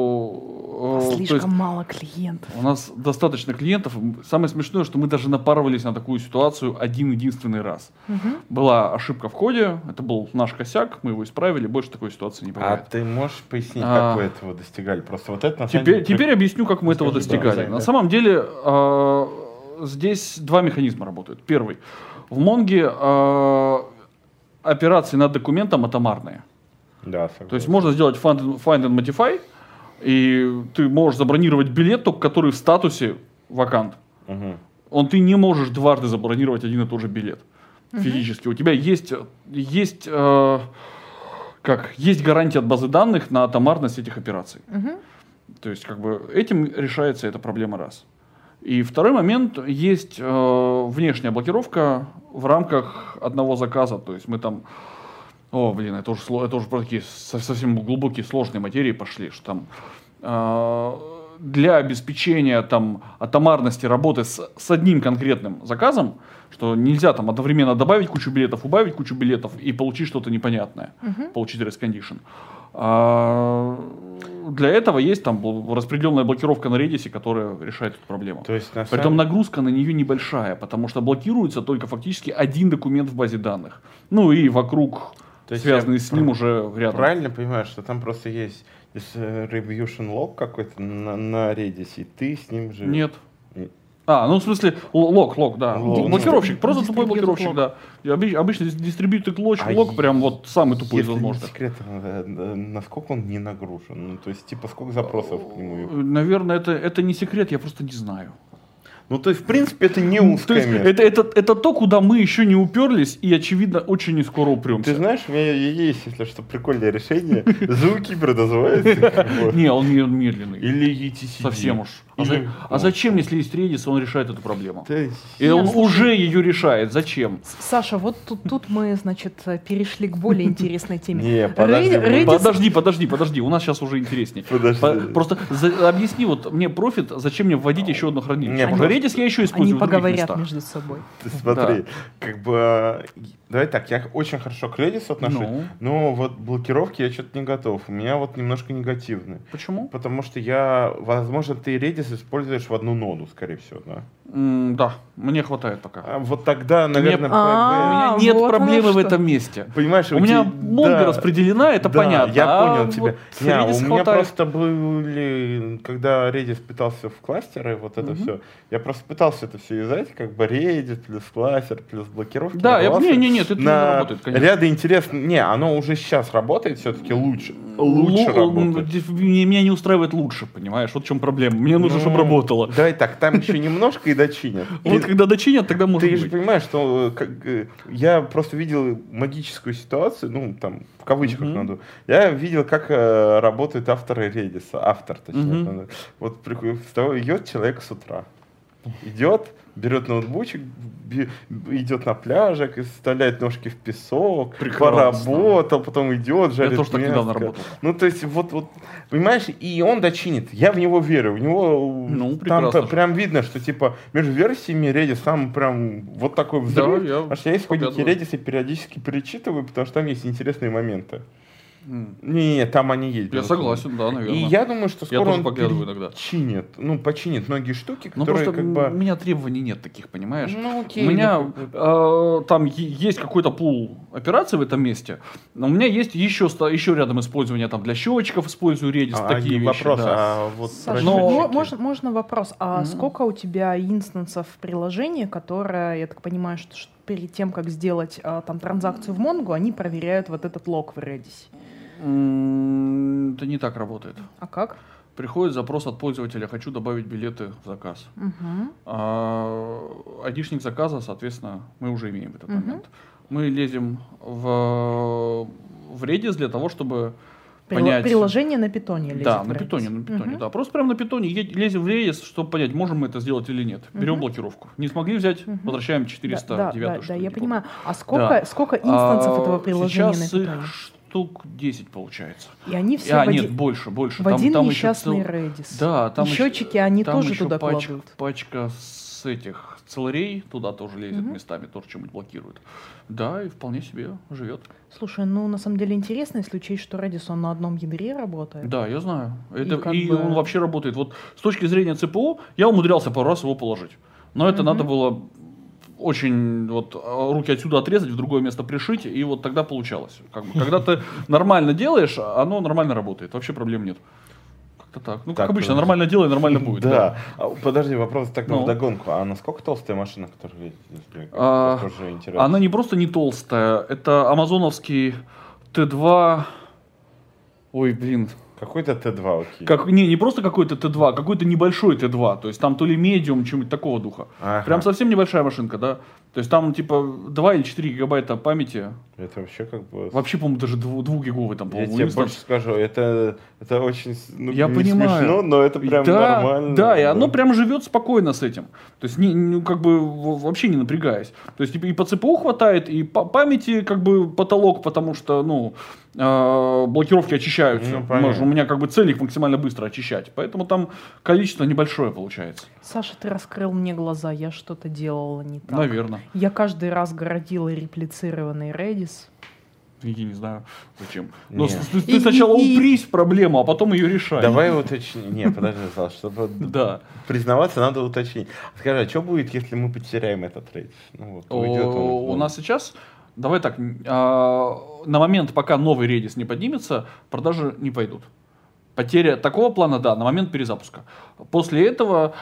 Speaker 4: по... э, то
Speaker 2: Слишком
Speaker 4: есть
Speaker 2: мало клиентов.
Speaker 4: у нас достаточно клиентов. Самое смешное, что мы даже напарывались на такую ситуацию один-единственный раз.
Speaker 2: Мгм.
Speaker 4: Была ошибка в коде, это был наш косяк, мы его исправили, больше такой ситуации не
Speaker 3: А
Speaker 4: бывает.
Speaker 3: ты можешь пояснить,
Speaker 4: А.
Speaker 3: как вы этого достигали? Просто вот это на самом
Speaker 4: Теперь,
Speaker 3: деле, при-
Speaker 4: теперь объясню, как мы этого
Speaker 1: Расскажи, А да,
Speaker 4: достигали.
Speaker 1: дизайн,
Speaker 4: На
Speaker 1: да.
Speaker 4: самом деле э, здесь два механизма работают. Первый. В Монге э, операции над документом атомарные.
Speaker 3: Да, согласен.
Speaker 4: То есть можно сделать find and, find and modify, и ты можешь забронировать билет, только который в статусе вакант.
Speaker 3: Мгм.
Speaker 4: Он ты не можешь дважды забронировать один и тот же билет физически. У тебя есть э, есть э, как есть гарантия от базы данных на атомарность этих операций.
Speaker 2: Мгм.
Speaker 4: То есть как бы этим решается эта проблема раз. И второй момент есть э, внешняя блокировка в рамках одного заказа. То есть мы там О, блин, это уже, сло- это уже про такие со- совсем глубокие, сложные материи пошли, что там э, для обеспечения там атомарности работы с, с одним конкретным заказом, что нельзя там одновременно добавить кучу билетов, убавить кучу билетов и получить что-то непонятное, получить рескондишн. для этого есть там бл- распределенная блокировка на Redis, которая решает эту проблему.
Speaker 3: То есть на
Speaker 4: Притом
Speaker 3: самом
Speaker 4: нагрузка на нее небольшая, потому что блокируется только фактически один документ в базе данных. Ну и вокруг,
Speaker 3: То есть
Speaker 4: связанные
Speaker 3: я
Speaker 4: с ним
Speaker 3: пр-
Speaker 4: уже рядом.
Speaker 3: Правильно понимаешь, что там просто есть есть, э, reviewшн лог какой-то на, на Redis, и ты с ним же...
Speaker 4: Нет.
Speaker 3: Н-
Speaker 4: А, ну в смысле, л- лог, лог, да.
Speaker 3: Лог,
Speaker 4: Бл- блокировщик,
Speaker 2: ну,
Speaker 4: просто тупой
Speaker 2: дистрибьютор
Speaker 4: блокировщик,
Speaker 2: лог.
Speaker 4: да. И обыч- обычно дистрибьютор лог,
Speaker 3: А
Speaker 4: лог прям
Speaker 3: е-
Speaker 4: вот самый тупой из
Speaker 3: Если не
Speaker 4: возможных.
Speaker 3: секрет, э, э, насколько он не нагружен? Ну, то есть, типа, сколько запросов к нему?
Speaker 4: Э, Наверное, это, это не секрет, я просто не знаю. Ну,
Speaker 3: Ну, то есть, в принципе, это не
Speaker 4: То
Speaker 3: узкое
Speaker 4: есть,
Speaker 3: место.
Speaker 4: это, это, это то, куда мы еще не уперлись, и, очевидно, очень не скоро упремся.
Speaker 3: Ты знаешь, у меня есть, если что, прикольное решение. Зооукипер называется. как бы.
Speaker 4: Не, он, не- он медленный.
Speaker 3: Или ETCD.
Speaker 4: Совсем уж. А,
Speaker 3: Или-
Speaker 4: за- а зачем, если есть Redis, он решает эту проблему?
Speaker 3: Да,
Speaker 4: И он уже ее решает. Зачем?
Speaker 2: С- Саша, вот тут, тут мы, значит, э, перешли к более интересной теме.
Speaker 3: Не,
Speaker 2: Рэ-
Speaker 3: подожди, мы-
Speaker 2: Redis-
Speaker 4: Подожди, подожди, подожди. У нас сейчас уже интереснее.
Speaker 3: Подожди.
Speaker 4: По- Просто за- объясни вот мне профит, зачем мне вводить еще одно хранилище?
Speaker 3: Не,
Speaker 4: Потому что Redis я еще
Speaker 2: Они
Speaker 4: использую в других
Speaker 2: поговорят
Speaker 4: местах.
Speaker 2: между собой.
Speaker 3: Ты смотри, как бы... э, Давай так, я очень хорошо к Redis отношусь,
Speaker 4: Ну.
Speaker 3: но вот блокировки я что-то не готов. У меня вот немножко негативные.
Speaker 4: Почему?
Speaker 3: Потому что я... Возможно, ты Redis используешь в одну ноду, скорее всего, да?
Speaker 4: М, да, мне хватает пока.
Speaker 3: А вот тогда, наверное...
Speaker 2: А,
Speaker 4: У меня
Speaker 2: А,
Speaker 4: нет
Speaker 2: вот оно
Speaker 4: проблемы в
Speaker 2: что.
Speaker 4: этом месте.
Speaker 3: Понимаешь,
Speaker 4: У меня
Speaker 3: те-
Speaker 4: Монго
Speaker 3: да,
Speaker 4: распределена, это
Speaker 3: да,
Speaker 4: понятно.
Speaker 3: Я
Speaker 4: а
Speaker 3: понял
Speaker 4: вот
Speaker 3: тебя.
Speaker 4: с
Speaker 3: Не,
Speaker 4: Redis
Speaker 3: у меня
Speaker 4: хватает.
Speaker 3: просто были, когда Redis пытался в кластеры, вот это
Speaker 4: Мгм.
Speaker 3: все, я просто пытался это все юзать, как бы Redis плюс кластер плюс блокировки.
Speaker 4: Да, я-
Speaker 3: нарвался
Speaker 4: не, не, нет, это не
Speaker 3: на
Speaker 4: работает, конечно.
Speaker 3: Ряды интересных, не, оно уже сейчас работает все-таки лучше. Лучше
Speaker 4: Лу-
Speaker 3: работает.
Speaker 4: м, Меня не устраивает лучше, понимаешь? Вот в чем проблема. Мне нужно,
Speaker 3: Ну,
Speaker 4: чтобы работало.
Speaker 3: Давай так, там еще немножко и дочинят.
Speaker 4: Вот
Speaker 3: Ты-
Speaker 4: когда дочинят, тогда может
Speaker 3: Ты же
Speaker 4: быть.
Speaker 3: понимаешь, что э, как, э, я просто видел магическую ситуацию, ну, там, в кавычках
Speaker 4: Мгм.
Speaker 3: надо. Я видел, как э, работают авторы Редиса, автор, точнее.
Speaker 4: Мгм.
Speaker 3: надо. Вот приход- встает человек с утра, идет, берет ноутбучик, би- идет на пляжик, и вставляет ножки в песок,
Speaker 4: Прекрасно.
Speaker 3: поработал, потом идет,
Speaker 4: Я
Speaker 3: жарит
Speaker 4: тоже так недавно
Speaker 3: мяско.
Speaker 4: работал.
Speaker 3: Ну, то есть, вот, вот, понимаешь, и он дочинит. Я в него верю. У него
Speaker 4: Ну,
Speaker 3: ну, там
Speaker 4: прекрасно
Speaker 3: п-
Speaker 4: же.
Speaker 3: прям видно, что типа между версиями Redis там прям вот такой взрыв.
Speaker 4: я
Speaker 3: Потому что я исходники
Speaker 4: поглядываю.
Speaker 3: Redis и периодически перечитываю, потому что там есть интересные моменты.
Speaker 4: М.
Speaker 3: Не-не-не, там они есть.
Speaker 4: Я
Speaker 3: безусловно.
Speaker 4: согласен, да,
Speaker 3: И
Speaker 4: наверное.
Speaker 3: я думаю, что скоро
Speaker 4: тоже
Speaker 3: он
Speaker 4: поглядываю иногда.
Speaker 3: чинит, ну, починит многие штуки,
Speaker 4: Ну
Speaker 3: которые
Speaker 4: просто
Speaker 3: как
Speaker 4: м-
Speaker 3: бы... А,
Speaker 4: у меня требований нет таких, понимаешь?
Speaker 3: Ну,
Speaker 4: У
Speaker 3: окей.
Speaker 4: меня
Speaker 3: ну, как бы-
Speaker 4: э, там е- есть какой-то пул операций в этом месте, но у меня есть еще, ста- еще рядом использование там для счетчиков, использую Redis,
Speaker 3: А,
Speaker 4: такие
Speaker 3: а,
Speaker 4: вещи.
Speaker 3: вопрос,
Speaker 4: да. Ну,
Speaker 3: а вот
Speaker 2: Саша,
Speaker 3: про
Speaker 4: но-
Speaker 2: мо-
Speaker 3: счетчики?
Speaker 2: можно, можно вопрос. А
Speaker 4: Мгм.
Speaker 2: сколько у тебя инстансов в приложении, которое, я так понимаю, что, ш- перед тем, как сделать а, там транзакцию в Mongo, они проверяют вот этот лог в Redis?
Speaker 4: М, Это не так работает.
Speaker 2: А как?
Speaker 4: Приходит запрос от пользователя, хочу добавить билеты в заказ.
Speaker 2: Мгм.
Speaker 4: А айдишник заказа, соответственно, мы уже имеем в этот
Speaker 2: Мгм.
Speaker 4: момент. Мы лезем в, в Redis для того, чтобы
Speaker 2: Прила-
Speaker 4: понять...
Speaker 2: Приложение на питоне лезет
Speaker 4: Да,
Speaker 2: в
Speaker 4: на
Speaker 2: Redis.
Speaker 4: питоне, на питоне,
Speaker 2: Мгм.
Speaker 4: да. Просто прямо на питоне е- лезем в Redis, чтобы понять, можем мы это сделать или нет. Берем
Speaker 2: Мгм.
Speaker 4: блокировку. Не смогли взять,
Speaker 2: Мгм.
Speaker 4: возвращаем
Speaker 2: Да, да,
Speaker 4: 409
Speaker 2: да, да,
Speaker 4: штуку.
Speaker 2: я понимаю. А сколько, сколько инстансов
Speaker 4: типа. А,
Speaker 2: этого приложения
Speaker 4: Сейчас
Speaker 2: на питоне?
Speaker 4: их штук 10 получается.
Speaker 2: И они все
Speaker 4: а,
Speaker 2: в, оди-
Speaker 4: нет, больше, больше.
Speaker 2: в один
Speaker 4: еще
Speaker 2: несчастный
Speaker 4: цел-
Speaker 2: Redis.
Speaker 4: Да, там
Speaker 2: И
Speaker 4: еще-
Speaker 2: счетчики они
Speaker 4: там
Speaker 2: тоже
Speaker 4: еще
Speaker 2: туда
Speaker 4: пачка,
Speaker 2: кладут.
Speaker 4: пачка с этих целарей туда тоже лезет
Speaker 2: Мгм.
Speaker 4: местами, тоже чем-нибудь блокирует. Да, и вполне себе живет.
Speaker 2: Слушай, ну на самом деле интересно, если учесть, что Redis он на одном ядре работает.
Speaker 4: Да, я знаю.
Speaker 2: Э, И
Speaker 4: Это,
Speaker 2: как
Speaker 4: и
Speaker 2: бы-
Speaker 4: он вообще работает. Вот с точки зрения ЦПУ я умудрялся пару раз его положить. Но это
Speaker 2: Мгм.
Speaker 4: надо было очень вот а, руки отсюда отрезать, в другое место пришить, и вот тогда получалось. Как бы, когда ты нормально делаешь, оно нормально работает. Вообще проблем нет. Как-то так. Ну, как
Speaker 3: Так,
Speaker 4: обычно,
Speaker 3: подожди.
Speaker 4: нормально делай, нормально будет.
Speaker 3: Да. А, Подожди, вопрос тогда
Speaker 4: Ну.
Speaker 3: вдогонку. А насколько толстая машина, которая ездит?
Speaker 4: А,
Speaker 3: Тоже интересно.
Speaker 4: Она не просто не толстая, это амазоновский Т2. Ой, блин.
Speaker 3: Какой-то Т2, окей.
Speaker 4: Как, не, не просто какой-то Т2, какой-то небольшой Т2. То есть там то ли медиум, чем-нибудь такого духа.
Speaker 3: Ага.
Speaker 4: Прям совсем небольшая машинка, да. То есть там типа 2 или 4 гигабайта памяти.
Speaker 3: Это вообще как бы...
Speaker 4: Вообще, по-моему, даже 2, гиговый там,
Speaker 3: Я
Speaker 4: по-моему,
Speaker 3: тебе
Speaker 4: инстанс.
Speaker 3: больше скажу, это, это очень с- ну,
Speaker 4: Я
Speaker 3: не
Speaker 4: понимаю.
Speaker 3: смешно, но это
Speaker 4: И
Speaker 3: прям
Speaker 4: да,
Speaker 3: нормально.
Speaker 4: Да, и оно прям живет спокойно с этим. То есть, не, ну, как бы в- вообще не напрягаясь. То есть, и по ЦПУ хватает, и по памяти как бы потолок, потому что, ну, э, блокировки очищаются.
Speaker 3: Ну, понятно.
Speaker 4: Маш, у меня как бы цель их максимально быстро очищать. Поэтому там количество небольшое получается.
Speaker 2: Саша, ты раскрыл мне глаза, я что-то делала не так.
Speaker 4: Наверное.
Speaker 2: Я каждый раз городила реплицированный Redis.
Speaker 4: Я не знаю, зачем. Но
Speaker 3: Не.
Speaker 4: с- ты, ты
Speaker 2: И- и-
Speaker 4: сначала
Speaker 2: и-
Speaker 4: упрись в проблему, а потом ее решай.
Speaker 3: Давай уточни. Не, подожди, Саш, чтобы
Speaker 4: Да.
Speaker 3: признаваться, надо уточнить. Скажи, а что будет, если мы потеряем этот рейд? Ну, вот, уйдет он.
Speaker 4: О, У нас сейчас, давай так, м, а, на момент, пока новый редис не поднимется, продажи не пойдут. Потеря такого плана, да, на момент перезапуска. После этого,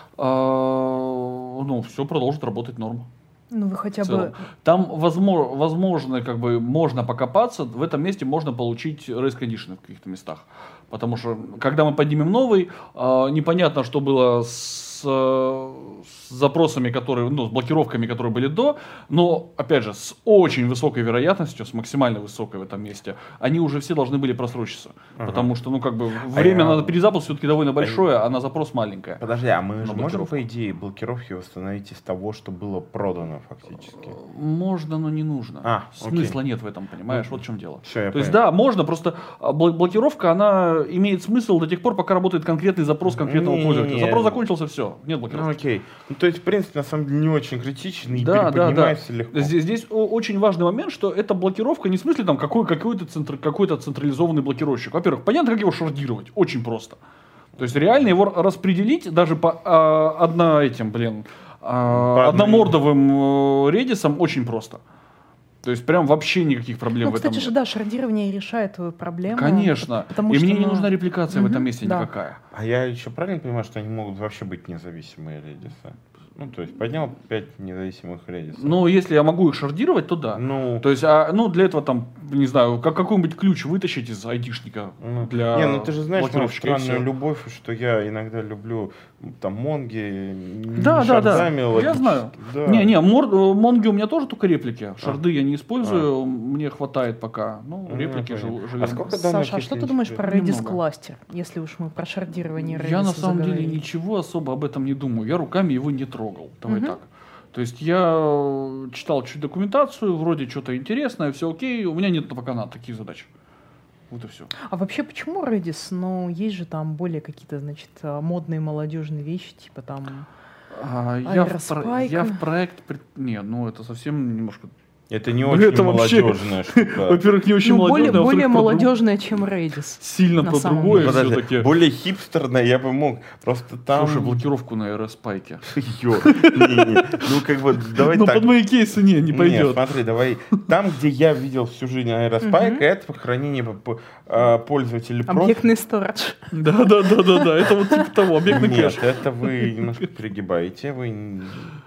Speaker 4: а, ну, все продолжит работать норм.
Speaker 2: Ну вы хотя
Speaker 4: в целом.
Speaker 2: бы...
Speaker 4: Там возможно, возможно, как бы можно покопаться. В этом месте можно получить race condition в каких-то местах. Потому что, когда мы поднимем новый, а, непонятно, что было с, э, с запросами, которые, ну, с блокировками, которые были до, но, опять же, с очень высокой вероятностью, с максимально высокой в этом месте, они уже все должны были просрочиться.
Speaker 3: Ага.
Speaker 4: Потому что, ну, как бы, время
Speaker 3: я-
Speaker 4: на перезапуск все-таки довольно большое, а на запрос маленькое.
Speaker 3: Подожди, а мы
Speaker 4: На
Speaker 3: же можем,
Speaker 4: блокировку.
Speaker 3: по идее, блокировки восстановить из того, что было продано фактически?
Speaker 4: Можно, но не нужно.
Speaker 3: А,
Speaker 4: Смысла нет в этом, понимаешь? Вот в чем дело.
Speaker 3: Все, я
Speaker 4: То есть,
Speaker 3: понял.
Speaker 4: да, можно, просто а, бл- блокировка, она имеет смысл до тех пор, пока работает конкретный запрос конкретного
Speaker 3: Не,
Speaker 4: пользователя.
Speaker 3: не, не.
Speaker 4: Запрос закончился, все,
Speaker 3: Ну,
Speaker 4: нет блокировки.
Speaker 3: окей. Ну, то есть, в принципе, на самом деле, не очень критично и
Speaker 4: Да, да,
Speaker 3: переподнимается легко.
Speaker 4: Здесь, здесь о- очень важный момент, что эта блокировка не в смысле там какой, какой-то, центр, какой-то централизованный блокировщик. Во-первых, понятно, как его шардировать, очень просто. То есть реально его распределить даже по а, одно этим, блин, а,
Speaker 3: По одной-
Speaker 4: одномордовым э, редисам очень просто. То есть прям вообще никаких проблем
Speaker 2: Ну,
Speaker 4: в этом
Speaker 2: кстати же,
Speaker 4: нет.
Speaker 2: да, шардирование решает твою проблему.
Speaker 4: Конечно.
Speaker 2: потому
Speaker 4: и
Speaker 2: что,
Speaker 4: мне не
Speaker 2: ну,
Speaker 4: нужна репликация в этом
Speaker 2: мгм,
Speaker 4: месте
Speaker 2: да.
Speaker 4: никакая.
Speaker 3: А я еще правильно понимаю, что они могут вообще быть независимые редисы? Ну, то есть, поднял 5 независимых редисов.
Speaker 4: Ну, если я могу их шардировать, то да.
Speaker 3: Ну,
Speaker 4: То есть, а, ну, для этого там, не знаю, как, какой-нибудь ключ вытащить из айтишника
Speaker 3: ну,
Speaker 4: для
Speaker 3: Не, ну ты же знаешь мою
Speaker 4: блокировщика, и
Speaker 3: странную
Speaker 4: всё.
Speaker 3: любовь, что я иногда люблю м, там Монги,
Speaker 4: Да, да, да. Я знаю.
Speaker 3: Да. А.
Speaker 4: Не, не, мор, э, Монги у меня тоже только реплики. Шарды я не использую, мне хватает пока. Ну,
Speaker 3: Ну,
Speaker 4: реплики
Speaker 3: я
Speaker 4: жив-
Speaker 3: понял.
Speaker 4: живем.
Speaker 3: А сколько данных,
Speaker 2: Саша, а
Speaker 3: если
Speaker 2: что ты
Speaker 3: не
Speaker 2: думаешь
Speaker 3: секрет?
Speaker 2: про Redis
Speaker 4: Немного.
Speaker 2: кластер, если уж мы про шардирование Redis
Speaker 4: Я на самом деле
Speaker 2: заговорили?
Speaker 4: ничего особо об этом не думаю. Я руками его не трогал. Давай
Speaker 2: Мгм.
Speaker 4: так. То есть я э, читал чуть документацию, вроде что-то интересное, все окей. У меня нет пока на таких задач. Вот и все.
Speaker 2: А вообще, почему Redis? Ну, есть же там более какие-то, значит, а, модные молодежные вещи, типа там...
Speaker 4: А, я, в про-
Speaker 2: Аэроспайка.
Speaker 4: я в проект... пред- Не, ну это совсем немножко...
Speaker 3: Это не
Speaker 4: Ну,
Speaker 3: очень
Speaker 4: это вообще-
Speaker 3: молодежная штука.
Speaker 4: Во-первых, не очень
Speaker 2: ну, более,
Speaker 4: молодежное, а
Speaker 2: более
Speaker 4: во-вторых, про друг-
Speaker 2: молодежное, чем Redis.
Speaker 4: Сильно
Speaker 2: на
Speaker 4: про
Speaker 2: самом
Speaker 4: другое
Speaker 2: деле.
Speaker 3: Подожди,
Speaker 4: все-таки.
Speaker 3: более хипстерная я бы мог. Просто там...
Speaker 4: Слушай, блокировку на аэроспайке.
Speaker 3: Ё, не-не. Ну, как бы, давай
Speaker 4: Но
Speaker 3: так.
Speaker 4: под мои кейсы не, не пойдет.
Speaker 3: смотри, давай. Там, где я видел всю жизнь аэроспайк,
Speaker 2: Мгм.
Speaker 3: это хранение по- по- а, пользователей просто.
Speaker 2: Объектный сторож.
Speaker 4: Да, да, да, да, да. Это вот типа того, объектный кэш.
Speaker 3: Нет, это вы немножко перегибаете. Вы не-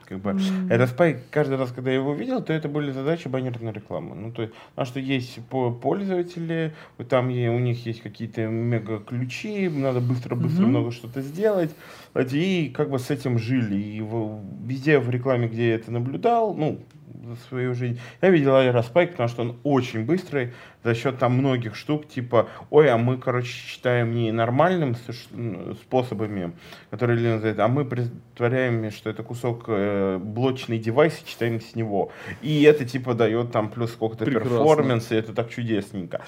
Speaker 3: как бы... Аэроспайк, каждый раз, когда я его видел, то это были задачи баннерной рекламы. Ну, то есть, потому что есть по- пользователи, вот там е- у них есть какие-то мега-ключи, надо быстро-быстро
Speaker 4: Мгм.
Speaker 3: много что-то сделать. Вот, И как бы с этим жили. И в- везде в рекламе, где я это наблюдал, ну, за свою жизнь, я видел Аэроспайк, потому что он очень быстрый, за счет там многих штук, типа, ой, а мы, короче, считаем не нормальным с- ш- м, способами, которые Лена называет, а мы притворяем, что это кусок э, блочный девайс и читаем с него. И это, типа, дает там плюс сколько-то
Speaker 4: Прекрасно.
Speaker 3: перформанс, и это так чудесненько.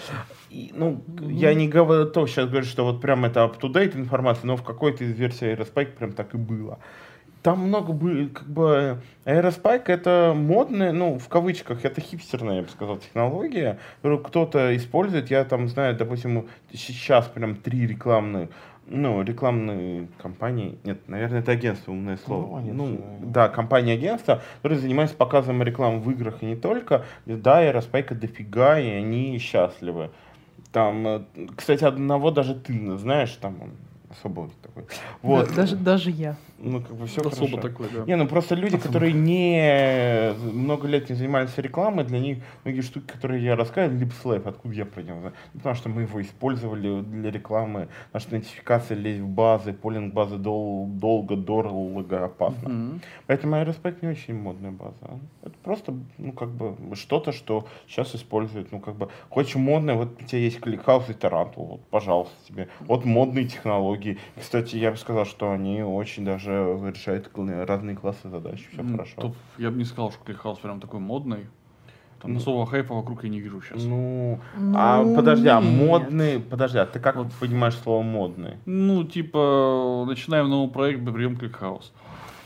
Speaker 3: И, ну, я не говорю, то сейчас говорю, что вот прям это up-to-date информация, но в какой-то из версий Aerospike прям так и было. Там много было, как бы, Aerospike это модная, ну, в кавычках, это хипстерная, я бы сказал, технология, которую кто-то использует. Я там знаю, допустим, сейчас прям три рекламные ну, рекламные компании, нет, наверное, это агентство, умное слово. агентство, Ну, наверное. да, компания агентства, которые занимаются показом рекламы в играх и не только. Да, и Распайка дофига, и они счастливы. Там, э, кстати, одного даже ты знаешь, там он особо такой. Вот,
Speaker 2: Да, даже, даже я.
Speaker 3: ну, как бы все
Speaker 4: Особо такой, да.
Speaker 3: не, ну просто люди, которые не много лет не занимались рекламой, для них многие штуки, которые я рассказывал, липслэп, откуда я про него знаю? Ну, потому что мы его использовали для рекламы, наша нотификация лезть в базы, полинг базы дол- долго, дорого, опасно.
Speaker 4: Мгм.
Speaker 3: Поэтому Аэроспект не очень модная база. Это просто, ну, как бы, что-то, что сейчас используют. Ну, как бы, хочешь модное, вот у тебя есть кликхаус и тарантул, вот, пожалуйста, тебе. Вот модные технологии. И, Кстати, я бы сказал, что они очень даже решают кл- разные классы задач. Все
Speaker 4: М,
Speaker 3: хорошо.
Speaker 4: тут я бы не сказал, что Кликхаус прям такой модный. Там
Speaker 3: Ну.
Speaker 4: особого хайпа вокруг я не вижу сейчас.
Speaker 3: Ну, а
Speaker 2: Ну,
Speaker 3: подожди, а
Speaker 2: нет.
Speaker 3: модные, подожди, а ты как
Speaker 4: Вот.
Speaker 3: понимаешь слово модный?
Speaker 4: Ну, типа, начинаем новый проект, берем Кликхаус.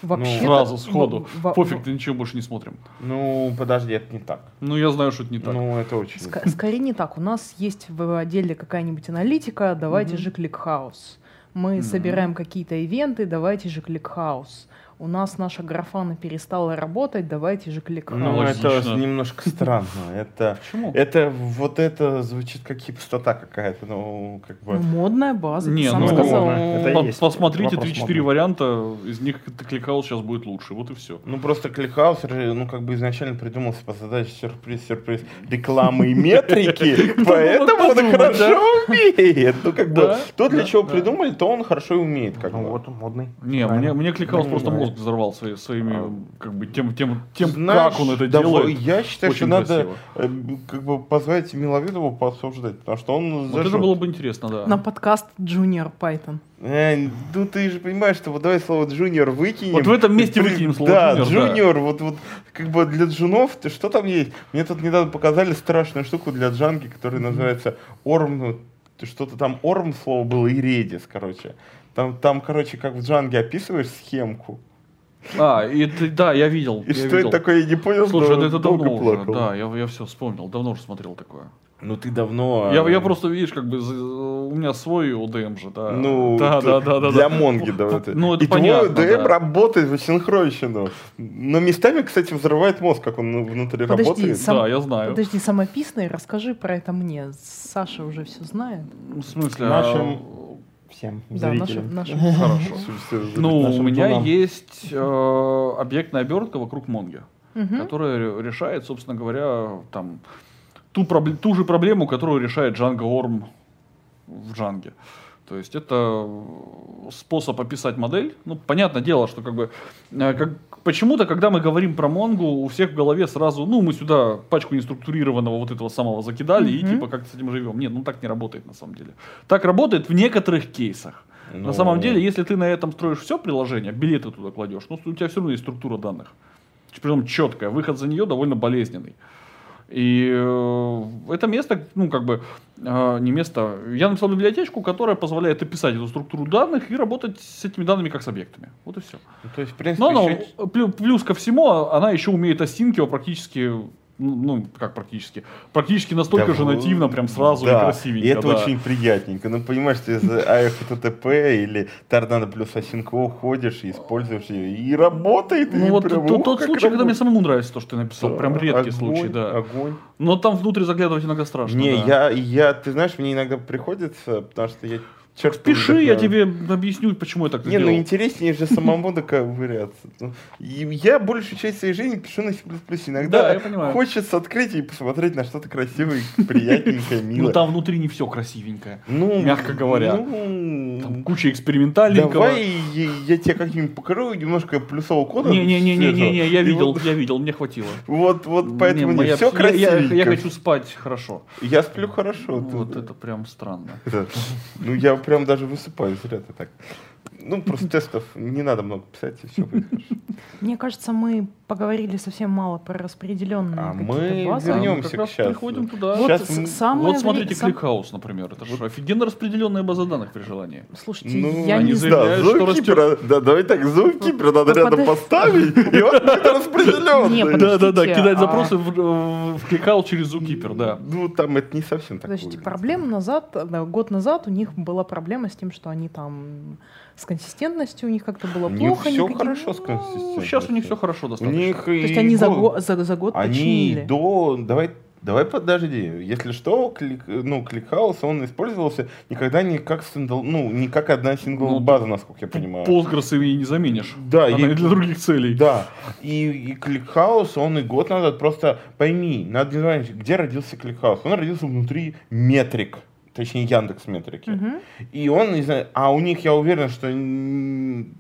Speaker 2: Вообще-то-
Speaker 4: Сразу, сходу.
Speaker 2: ну, во-
Speaker 4: Пофиг, ты ничего больше не смотрим.
Speaker 3: Ну, подожди, это не так.
Speaker 4: Ну, я знаю, что это не так.
Speaker 3: Ну, это очень... не
Speaker 2: Ск- скорее не так. У нас есть в отделе какая-нибудь аналитика, давайте
Speaker 4: Мгм.
Speaker 2: же кликхаус. Мы
Speaker 4: Мгм.
Speaker 2: собираем какие-то ивенты, давайте же кликхаус. У нас наша графана перестала работать, давайте же
Speaker 3: так.
Speaker 2: кликхаус.
Speaker 3: Ну, это
Speaker 4: логично.
Speaker 3: немножко странно. Это...
Speaker 4: Почему?
Speaker 3: Это вот это звучит как хипстота какая-то, ну, как
Speaker 2: Ну,
Speaker 3: бы.
Speaker 2: модная база, ты
Speaker 4: Не,
Speaker 2: сам
Speaker 4: ну,
Speaker 2: сказал.
Speaker 3: это
Speaker 4: По-
Speaker 1: и есть
Speaker 4: Посмотрите
Speaker 1: вопрос модный.
Speaker 4: 3-4 варианта, из них это кликаус сейчас будет лучше. Вот и все.
Speaker 3: Ну, просто кликхаус, э, ну, как бы изначально придумался по задаче сюрприз-сюрприз рекламы и метрики, поэтому он
Speaker 4: подумать,
Speaker 3: хорошо умеет. Ну, как бы,
Speaker 4: Да,
Speaker 3: то, для
Speaker 4: да,
Speaker 3: чего
Speaker 4: да.
Speaker 3: придумали, то он хорошо и умеет, как
Speaker 1: Ну
Speaker 3: бы.
Speaker 1: вот, модный.
Speaker 4: Не, мне,
Speaker 1: Правильно.
Speaker 4: мне кликаус
Speaker 3: Ну,
Speaker 4: просто
Speaker 3: да.
Speaker 4: мозг взорвал свои- своими, как бы, тем, тем, тем
Speaker 3: А. Знаешь,
Speaker 4: как он это
Speaker 3: да,
Speaker 4: делает.
Speaker 3: Я считаю, что
Speaker 4: Очень
Speaker 3: надо
Speaker 4: красиво.
Speaker 3: э, м, как бы позвать Миловидову пообсуждать, потому что он
Speaker 4: Вот это
Speaker 3: зажжёт.
Speaker 4: было бы интересно, да.
Speaker 2: На подкаст Junior Python.
Speaker 3: Э, ну ты же понимаешь, что вот давай слово джуниор выкинем.
Speaker 4: Вот в этом месте
Speaker 3: Блин,
Speaker 4: выкинем слово
Speaker 3: да,
Speaker 4: «джуниор», да.
Speaker 3: джуниор, вот, вот как бы для джунов, ты что там есть? Мне тут недавно показали страшную штуку для джанги, которая называется Орм, ну, ты что-то там Орм слово было и Редис, короче. Там, там, короче, как в джанге описываешь схемку.
Speaker 4: А, и ты- да, я видел.
Speaker 3: И
Speaker 4: я
Speaker 3: что
Speaker 4: видел.
Speaker 3: это такое, я не понял,
Speaker 4: Слушай, ну
Speaker 3: но
Speaker 4: это
Speaker 3: долго
Speaker 4: давно уже,
Speaker 3: плакал.
Speaker 4: да, я, я все вспомнил, давно уже смотрел такое.
Speaker 3: Ну ты давно...
Speaker 4: Я,
Speaker 3: э,
Speaker 4: я просто, видишь, как бы за- у меня свой ОДМ же, да.
Speaker 3: Ну,
Speaker 4: да,
Speaker 3: т-
Speaker 4: да, да, да,
Speaker 3: для
Speaker 4: да.
Speaker 3: Монги, да.
Speaker 4: П-
Speaker 3: это.
Speaker 4: Ну, это
Speaker 3: И твой
Speaker 4: понятно,
Speaker 3: ОДМ
Speaker 4: да.
Speaker 3: работает в синхронщину. Но местами, кстати, взрывает мозг, как он внутри
Speaker 2: Подожди,
Speaker 3: работает.
Speaker 2: сам-
Speaker 4: Да, я знаю.
Speaker 2: Подожди, самописный, расскажи про это мне. Саша уже все знает.
Speaker 4: В смысле?
Speaker 1: Нашим- Всем
Speaker 2: Да,
Speaker 1: зрителям.
Speaker 2: нашим- нашим.
Speaker 4: а, Хорошо. Ну, у
Speaker 1: нашим
Speaker 4: меня
Speaker 1: джунам.
Speaker 4: есть э, объектная обертка вокруг Монги,
Speaker 2: Мгм.
Speaker 4: которая ре- решает, собственно говоря, там ту, пробле- ту же проблему, которую решает Django Орм в Django. То есть это э, способ описать модель. Ну, понятное дело, что как бы э, как- почему-то, когда мы говорим про Монгу, у всех в голове сразу, ну, мы сюда пачку неструктурированного вот этого самого закидали и
Speaker 2: Мгм.
Speaker 4: типа как с этим живем. Нет, ну так не работает на самом деле. Так работает в некоторых кейсах.
Speaker 3: Ну,
Speaker 4: На самом деле, если ты на этом строишь все приложение, билеты туда кладешь, ну, у тебя все равно есть структура данных. Причем четкая, выход за нее довольно болезненный. И э, это место, ну, как бы, э, не место. Я написал библиотечку, которая позволяет описать эту структуру данных и работать с этими данными как с объектами. Вот и все.
Speaker 3: ну, то есть, в принципе,
Speaker 4: Но она,
Speaker 3: ещё-
Speaker 4: э, плю- плюс ко всему, а- она еще умеет асинкио практически, ну, ну, как практически, практически настолько
Speaker 3: Да
Speaker 4: же
Speaker 3: вы-
Speaker 4: нативно, прям сразу
Speaker 3: да,
Speaker 4: и красивенько.
Speaker 3: И это
Speaker 4: да.
Speaker 3: очень приятненько. Ну, понимаешь, ты за АФТТП или Торнадо плюс Осинко уходишь и используешь ее. И работает.
Speaker 4: Ну
Speaker 3: и
Speaker 4: вот
Speaker 3: прям,
Speaker 4: тот,
Speaker 3: ух,
Speaker 4: тот
Speaker 3: как
Speaker 4: случай, когда мне
Speaker 3: работает.
Speaker 4: самому нравится то, что ты написал.
Speaker 3: Да,
Speaker 4: Прям редкий
Speaker 3: огонь,
Speaker 4: случай, да.
Speaker 3: Огонь.
Speaker 4: Но там внутрь заглядывать иногда страшно.
Speaker 3: не, я,
Speaker 4: да.
Speaker 3: я, ты знаешь, мне иногда приходится, потому что я черт
Speaker 4: Пиши, я тебе объясню, почему я так
Speaker 3: Не,
Speaker 4: сделал.
Speaker 3: ну интереснее же самому доковыряться. Ну, и я большую часть своей жизни пишу на C++.
Speaker 4: Да,
Speaker 3: Иногда
Speaker 4: я понимаю.
Speaker 3: хочется открыть и посмотреть на что-то красивое, приятненькое, милое.
Speaker 4: Ну там внутри не все красивенькое.
Speaker 3: Ну,
Speaker 4: мягко говоря.
Speaker 3: ну,
Speaker 4: Там куча экспериментальненького.
Speaker 3: Давай я, я тебе как-нибудь покажу немножко плюсового кода.
Speaker 4: Не-не-не-не-не, я
Speaker 3: И
Speaker 4: видел,
Speaker 3: Вот,
Speaker 4: я видел, мне хватило.
Speaker 3: вот, вот поэтому
Speaker 4: Не,
Speaker 3: не,
Speaker 4: моя-
Speaker 3: все
Speaker 4: я- я,
Speaker 3: красивенько.
Speaker 4: я хочу спать хорошо.
Speaker 3: Я сплю хорошо. ты-
Speaker 4: вот это прям странно.
Speaker 3: Да. Ну, я прям даже высыпаюсь, зря ты так. Ну, просто тестов не надо много писать, и все будет хорошо.
Speaker 2: Мне кажется, мы поговорили совсем мало про распределенные
Speaker 3: А
Speaker 2: какие-то
Speaker 3: мы
Speaker 2: базы.
Speaker 4: А, мы
Speaker 3: вернемся
Speaker 4: как раз
Speaker 3: к щастлу.
Speaker 4: приходим туда.
Speaker 2: Вот
Speaker 3: Щас
Speaker 2: с-
Speaker 3: мы-
Speaker 2: самое
Speaker 4: вот
Speaker 2: вре-
Speaker 4: смотрите
Speaker 2: сам-
Speaker 4: Кликхаус, например. Это же офигенно распределенная база данных при желании.
Speaker 2: Слушайте,
Speaker 3: Ну,
Speaker 2: я
Speaker 4: они
Speaker 2: не
Speaker 3: да,
Speaker 2: знаю.
Speaker 4: заявляют, что
Speaker 3: зоомкипера- да, давай так, зоомкипера надо
Speaker 2: Ну,
Speaker 3: рядом
Speaker 2: подо-
Speaker 3: поставить, и он будет
Speaker 2: Не,
Speaker 3: распределенный.
Speaker 2: подо-
Speaker 4: Да, да, да,
Speaker 2: Подождите,
Speaker 4: кидать
Speaker 2: а-
Speaker 4: запросы в, э, в Кликхаус через Зукипер, да.
Speaker 3: Ну, там это не совсем так
Speaker 2: Подождите,
Speaker 3: выглядит.
Speaker 2: проблем назад, да, год назад у них была проблема с тем, что они там с консистентностью у них как-то было
Speaker 3: У них
Speaker 2: плохо.
Speaker 3: всё
Speaker 2: никаких-
Speaker 3: хорошо с консистентностью.
Speaker 4: сейчас Ну, у них все хорошо
Speaker 3: У
Speaker 4: достаточно.
Speaker 3: них
Speaker 2: То есть они за,
Speaker 3: год.
Speaker 2: го- за, за год
Speaker 3: Они
Speaker 2: починили.
Speaker 3: до... Давай, давай подожди. Если что, клик, ну, кликхаус, он использовался никогда не как сингл, ну, не как одна
Speaker 4: Ну,
Speaker 3: сингл-база, насколько я
Speaker 4: П-
Speaker 3: понимаю.
Speaker 4: Postgres ими не заменишь.
Speaker 3: Да,
Speaker 4: Она
Speaker 3: ей-
Speaker 4: и для других целей.
Speaker 3: Да, и, и кликхаус, он и год назад, просто пойми, надо не забывать, где родился кликхаус. Он родился внутри метрик, точнее Яндекс метрики.
Speaker 2: Мгм.
Speaker 3: И он, не знаю, а у них, я уверен, что н-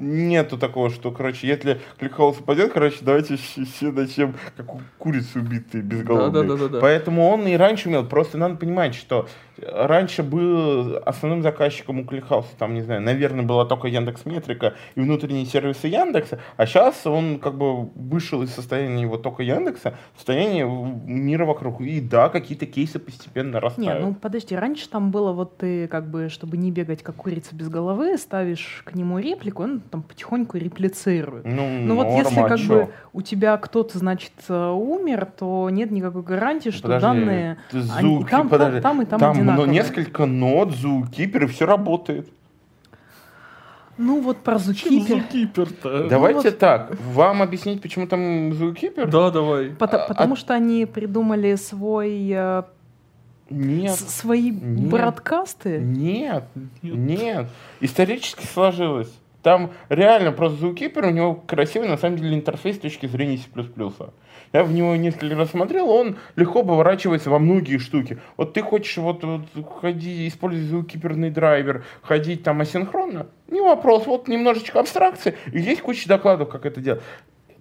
Speaker 3: нету такого, что, короче, если кликхаус упадет, короче, давайте щ- все начнем, как у курицы убитые, безголовые.
Speaker 4: Да-да-да-да-да.
Speaker 3: Поэтому он и раньше умел, просто надо понимать, что раньше был основным заказчиком у кликхауса, там, не знаю, наверное, была только Яндекс Метрика и внутренние сервисы Яндекса, а сейчас он как бы вышел из состояния его только Яндекса в состояние мира вокруг. И да, какие-то кейсы постепенно
Speaker 2: Не,
Speaker 3: растают.
Speaker 2: ну подожди, раньше там было вот ты как бы, чтобы не бегать как курица без головы, ставишь к нему реплику, он там потихоньку реплицирует. Ну вот если
Speaker 3: норма, а
Speaker 2: как
Speaker 3: чё?
Speaker 2: бы у тебя кто-то, значит, э, умер, то нет никакой гарантии, что
Speaker 3: Подожди,
Speaker 2: данные...
Speaker 3: ты
Speaker 2: они- и
Speaker 3: зооки-
Speaker 2: там,
Speaker 3: подожди.
Speaker 2: там, там и там,
Speaker 3: ну,
Speaker 2: одинаковые.
Speaker 3: несколько нот, зукипер, и все работает.
Speaker 2: Ну вот про
Speaker 4: Чем
Speaker 2: Зукипер.
Speaker 4: Зукипер-то?
Speaker 3: Давайте
Speaker 2: Ну вот-
Speaker 3: так, вам объяснить, почему там зукипер?
Speaker 4: Да, давай.
Speaker 2: Пото-
Speaker 3: А-
Speaker 2: Потому что они придумали свой, э,
Speaker 3: Нет.
Speaker 2: с- свои
Speaker 3: Нет.
Speaker 2: бродкасты.
Speaker 3: Нет,
Speaker 4: Нет.
Speaker 3: нет. Исторически сложилось. Там реально просто Zookeeper, у него красивый, на самом деле, интерфейс с точки зрения C++. Я в него несколько раз смотрел, он легко поворачивается во многие штуки. Вот ты хочешь вот, вот ходи, использовать зоокиперный драйвер, ходить там асинхронно, не вопрос, вот немножечко абстракции, и есть куча докладов, как это делать.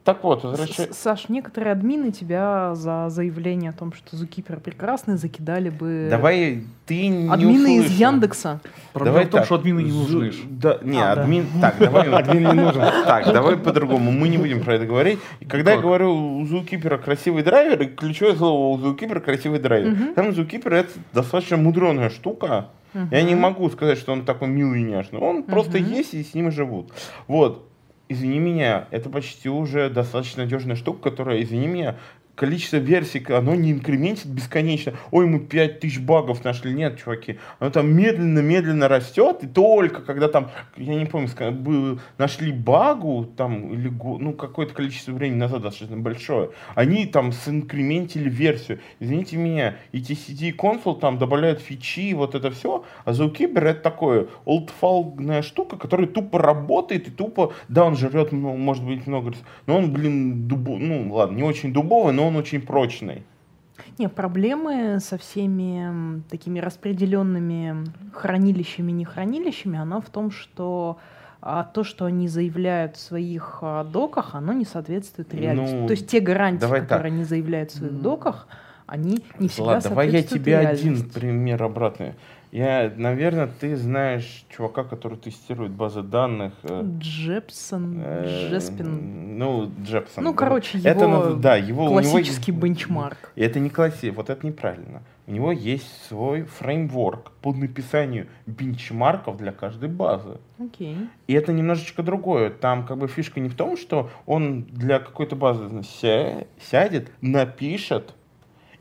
Speaker 3: Так вот, возвращаясь...
Speaker 2: С- Саш, некоторые админы тебя за заявление о том, что Зукипер прекрасный, закидали бы...
Speaker 3: Давай ты не
Speaker 2: Админы из
Speaker 3: услышал.
Speaker 2: Яндекса.
Speaker 4: Проблема
Speaker 3: Давай
Speaker 4: в том,
Speaker 3: так.
Speaker 4: что админы не
Speaker 3: Зу-
Speaker 4: нужны.
Speaker 3: Да, не,
Speaker 2: А, да.
Speaker 3: админ. Так, давай, админ не нужен. Так, давай по-другому. Мы не будем про это говорить. И когда я
Speaker 4: Так.
Speaker 3: говорю у зоокипера красивый драйвер, и ключевое слово у зоокипера красивый драйвер.
Speaker 2: Мгм.
Speaker 3: Там зоокипер это достаточно мудреная штука. Я не могу сказать, что он такой милый и няшный. Он просто
Speaker 2: Мгм.
Speaker 3: есть и с ним живут. Вот. Извини меня, это почти уже достаточно надежная штука, которая, извини меня, количество версий, оно не инкрементит бесконечно. Ой, мы 5000 багов нашли. Нет, чуваки. Оно там медленно-медленно растет, и только когда там, я не помню, ска- был- нашли багу, там, или, го- ну, какое-то количество времени назад достаточно большое, они там инкрементили версию. Извините меня, и TCD и консул там добавляют фичи, и вот это все, а Zookeeper это такое олдфалгная штука, которая тупо работает и тупо, да, он жрет, ну, может быть, много, рес- но он, блин, дубо, ну, ладно, не очень дубовый, но он очень прочный.
Speaker 2: Не, проблемы со всеми м, такими распределенными хранилищами, не хранилищами, она в том, что а, то, что они заявляют в своих а, доках, оно не соответствует реальности.
Speaker 3: Ну,
Speaker 2: то есть те гарантии,
Speaker 3: давай
Speaker 2: которые они заявляют в своих
Speaker 3: М.
Speaker 2: доках, они не всегда
Speaker 3: Ладно, давай я
Speaker 2: соответствуют
Speaker 3: тебе один
Speaker 2: реальности.
Speaker 3: пример обратный. Я, наверное, ты знаешь чувака, который тестирует базы данных. э,
Speaker 2: Джепсон,
Speaker 3: э,
Speaker 2: Джеспин.
Speaker 3: Ну, Джепсон.
Speaker 2: Ну, короче,
Speaker 3: Это,
Speaker 2: его
Speaker 3: ну, да, его, у него есть-
Speaker 2: Классический бенчмарк.
Speaker 3: И Это не классик, вот это неправильно. У него есть свой фреймворк по написанию бенчмарков для каждой базы.
Speaker 2: Окей.
Speaker 3: И это немножечко другое. Там как бы фишка не в том, что он для какой-то базы ся- сядет, напишет,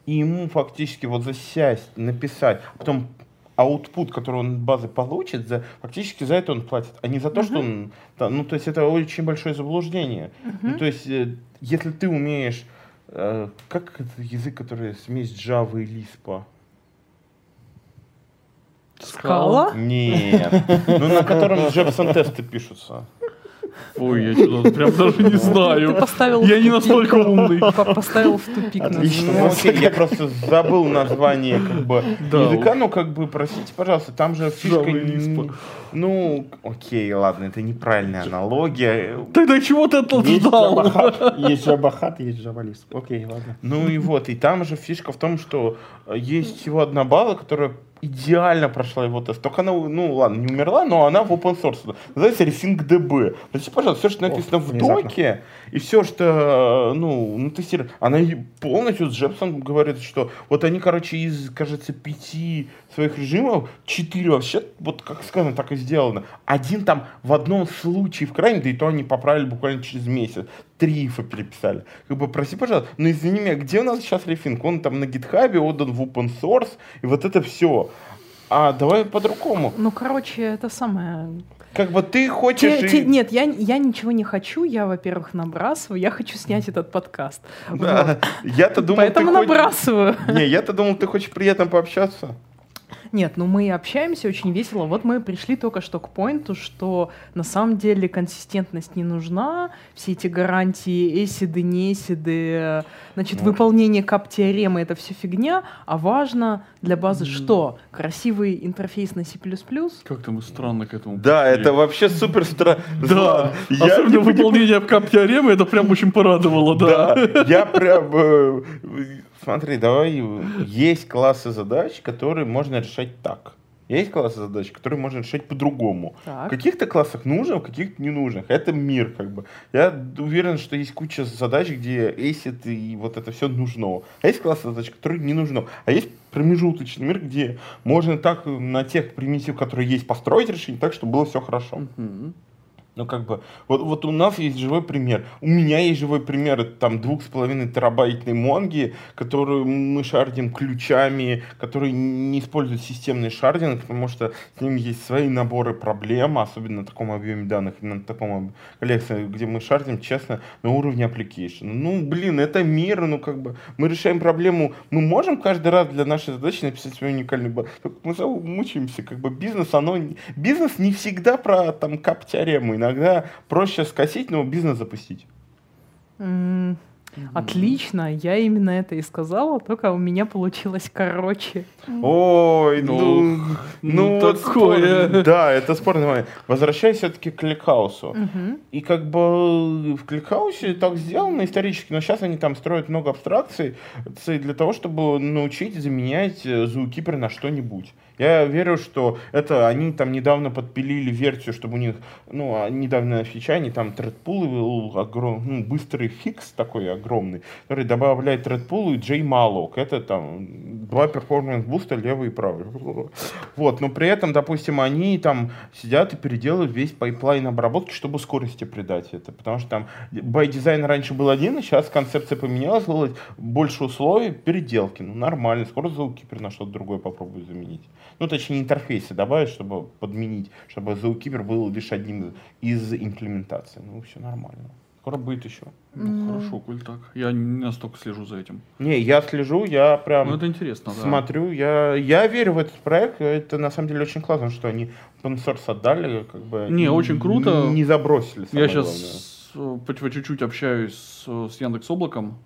Speaker 3: и ему фактически вот засясть, написать, а потом аутпут, который он от базы получит, за, фактически за это он платит, а не за то, что он... та- ну, то есть это очень большое заблуждение. Ну, то есть э, если ты умеешь... э, как это язык, который смесь Java и Lisp?
Speaker 2: Скала?
Speaker 3: Нет. Ну, на котором Джепсон тесты пишутся.
Speaker 4: Ой, я что-то прям даже не
Speaker 2: Ты
Speaker 4: знаю.
Speaker 2: поставил
Speaker 4: Я
Speaker 2: в
Speaker 4: не
Speaker 2: тупик.
Speaker 4: настолько умный.
Speaker 2: По- Поставил в тупик. нас.
Speaker 1: Отлично.
Speaker 3: Ну, окей, я просто забыл название как бы
Speaker 4: Да.
Speaker 3: языка, но как бы, простите, пожалуйста, там же фишка...
Speaker 4: Жавы
Speaker 3: не-
Speaker 4: Lisp.
Speaker 3: Ну, окей, ладно, это неправильная аналогия.
Speaker 4: Тогда чего ты
Speaker 3: ну,
Speaker 1: Есть
Speaker 4: отождал?
Speaker 1: Джабахат, есть Джабахат, есть Джабалист. Окей, ладно.
Speaker 3: Ну и вот, и там же фишка в том, что э, есть всего одна балла, которая идеально прошла его тест. Только она, ну ладно, не умерла, но она в open source. Называется RefingDB. Простите, пожалуйста, все, что написано в
Speaker 1: внезапно.
Speaker 3: доке, и все, что, э, ну, ну тестировано, она и полностью с Джепсом говорит, что вот они, короче, из, кажется, пяти своих режимов, четыре вообще, вот как сказано, так и сделано. Один там в одном случае в крайне, да и то они поправили буквально через месяц. Три ифа переписали. Как бы, прости, пожалуйста, но извини меня, где у нас сейчас рефинг? Он там на гитхабе отдан в open source, и вот это все. А давай по-другому.
Speaker 2: Ну, короче, это самое.
Speaker 3: Как бы ты хочешь...
Speaker 2: Те-
Speaker 3: и-
Speaker 2: те- Нет, я, я ничего не хочу. Я, во-первых, набрасываю. Я хочу снять этот подкаст. Вот.
Speaker 3: Да. Я-то думал,
Speaker 2: Поэтому
Speaker 3: ты хоть-
Speaker 2: набрасываю.
Speaker 3: Не, я-то думал, ты хочешь приятно пообщаться.
Speaker 2: Нет, ну мы общаемся очень весело. Вот мы пришли только что к поинту, что на самом деле консистентность не нужна. Все эти гарантии, эсиды, не эсиды, э, значит,
Speaker 3: Ну.
Speaker 2: выполнение кап-теоремы — это все фигня. А важно для базы что? Красивый интерфейс на C++?
Speaker 4: Как-то мы странно к этому
Speaker 3: Да,
Speaker 4: пришли.
Speaker 3: это вообще супер странно.
Speaker 4: Да,
Speaker 3: я
Speaker 4: особенно
Speaker 3: не понимаю.
Speaker 4: выполнение кап-теоремы, это прям очень порадовало, да.
Speaker 3: Да, я прям... э, Смотри, давай, э, есть классы задач, которые можно решать так. Есть классы задач, которые можно решать по-другому. В
Speaker 2: Так.
Speaker 3: каких-то классах нужно, в каких-то не нужно. Это мир, как бы. Я д- уверен, что есть куча задач, где эсит и вот это все нужно. А есть классы задач, которые не нужно. А есть промежуточный мир, где можно так э, на тех примитив, которые есть, построить решение так, чтобы было все хорошо.
Speaker 4: Мгм.
Speaker 3: Ну, как бы, вот, вот у нас есть живой пример. У меня есть живой пример, это там двух с половиной терабайтной монги, которую мы шардим ключами, которые не используют системный шардинг, потому что с ним есть свои наборы проблем, особенно на таком объеме данных, и на таком об- коллекции, где мы шардим, честно, на уровне application. Ну, блин, это мир, ну, как бы, мы решаем проблему, мы можем каждый раз для нашей задачи написать свой уникальный баг. Только Мы за- мучаемся, как бы, бизнес, оно, не- бизнес не всегда про, там, кап-теорему, иногда проще скосить, но бизнес запустить.
Speaker 2: М, Отлично, я именно это и сказала, только у меня получилось короче.
Speaker 3: Ой, ну,
Speaker 4: Ну,
Speaker 3: ну,
Speaker 4: ну,
Speaker 3: вот
Speaker 4: такое.
Speaker 3: спорно. Да, это спорный момент. Возвращаясь все-таки к кликхаусу.
Speaker 2: Мгм.
Speaker 3: И как бы в кликхаусе так сделано исторически, но сейчас они там строят много абстракций ц- для того, чтобы научить заменять э, зоокипер на что-нибудь. Я верю, что это они там недавно подпилили версию, чтобы у них, ну, а недавно фича, они там тредпул, огром, ну, быстрый фикс такой огромный, который добавляет тредпул и Джей Малок. Это там два перформанс-буста, левый и правый. Вот, но при этом, допустим, они там сидят и переделывают весь пайплайн обработки, чтобы скорости придать это. Потому что там бай-дизайн раньше был один, и сейчас концепция поменялась, было больше условий переделки. Ну, нормально, скоро Zookeeper на что-то другое попробую заменить. Ну, точнее, интерфейсы добавить, чтобы подменить, чтобы Zookeeper был лишь одним из имплементаций. Ну, все нормально. Скоро будет еще.
Speaker 4: Ну, хорошо, коль так. Я не настолько слежу за этим.
Speaker 3: Не, я слежу, я прям...
Speaker 4: Ну, это интересно, да.
Speaker 3: Смотрю, я, я верю в этот проект. Это на самом деле очень классно, что они open source отдали, как бы
Speaker 4: Не,
Speaker 3: и
Speaker 4: очень круто.
Speaker 3: Не забросили.
Speaker 4: Я
Speaker 3: самое главное.
Speaker 4: сейчас по по чуть-чуть общаюсь с, с Яндекс Облаком.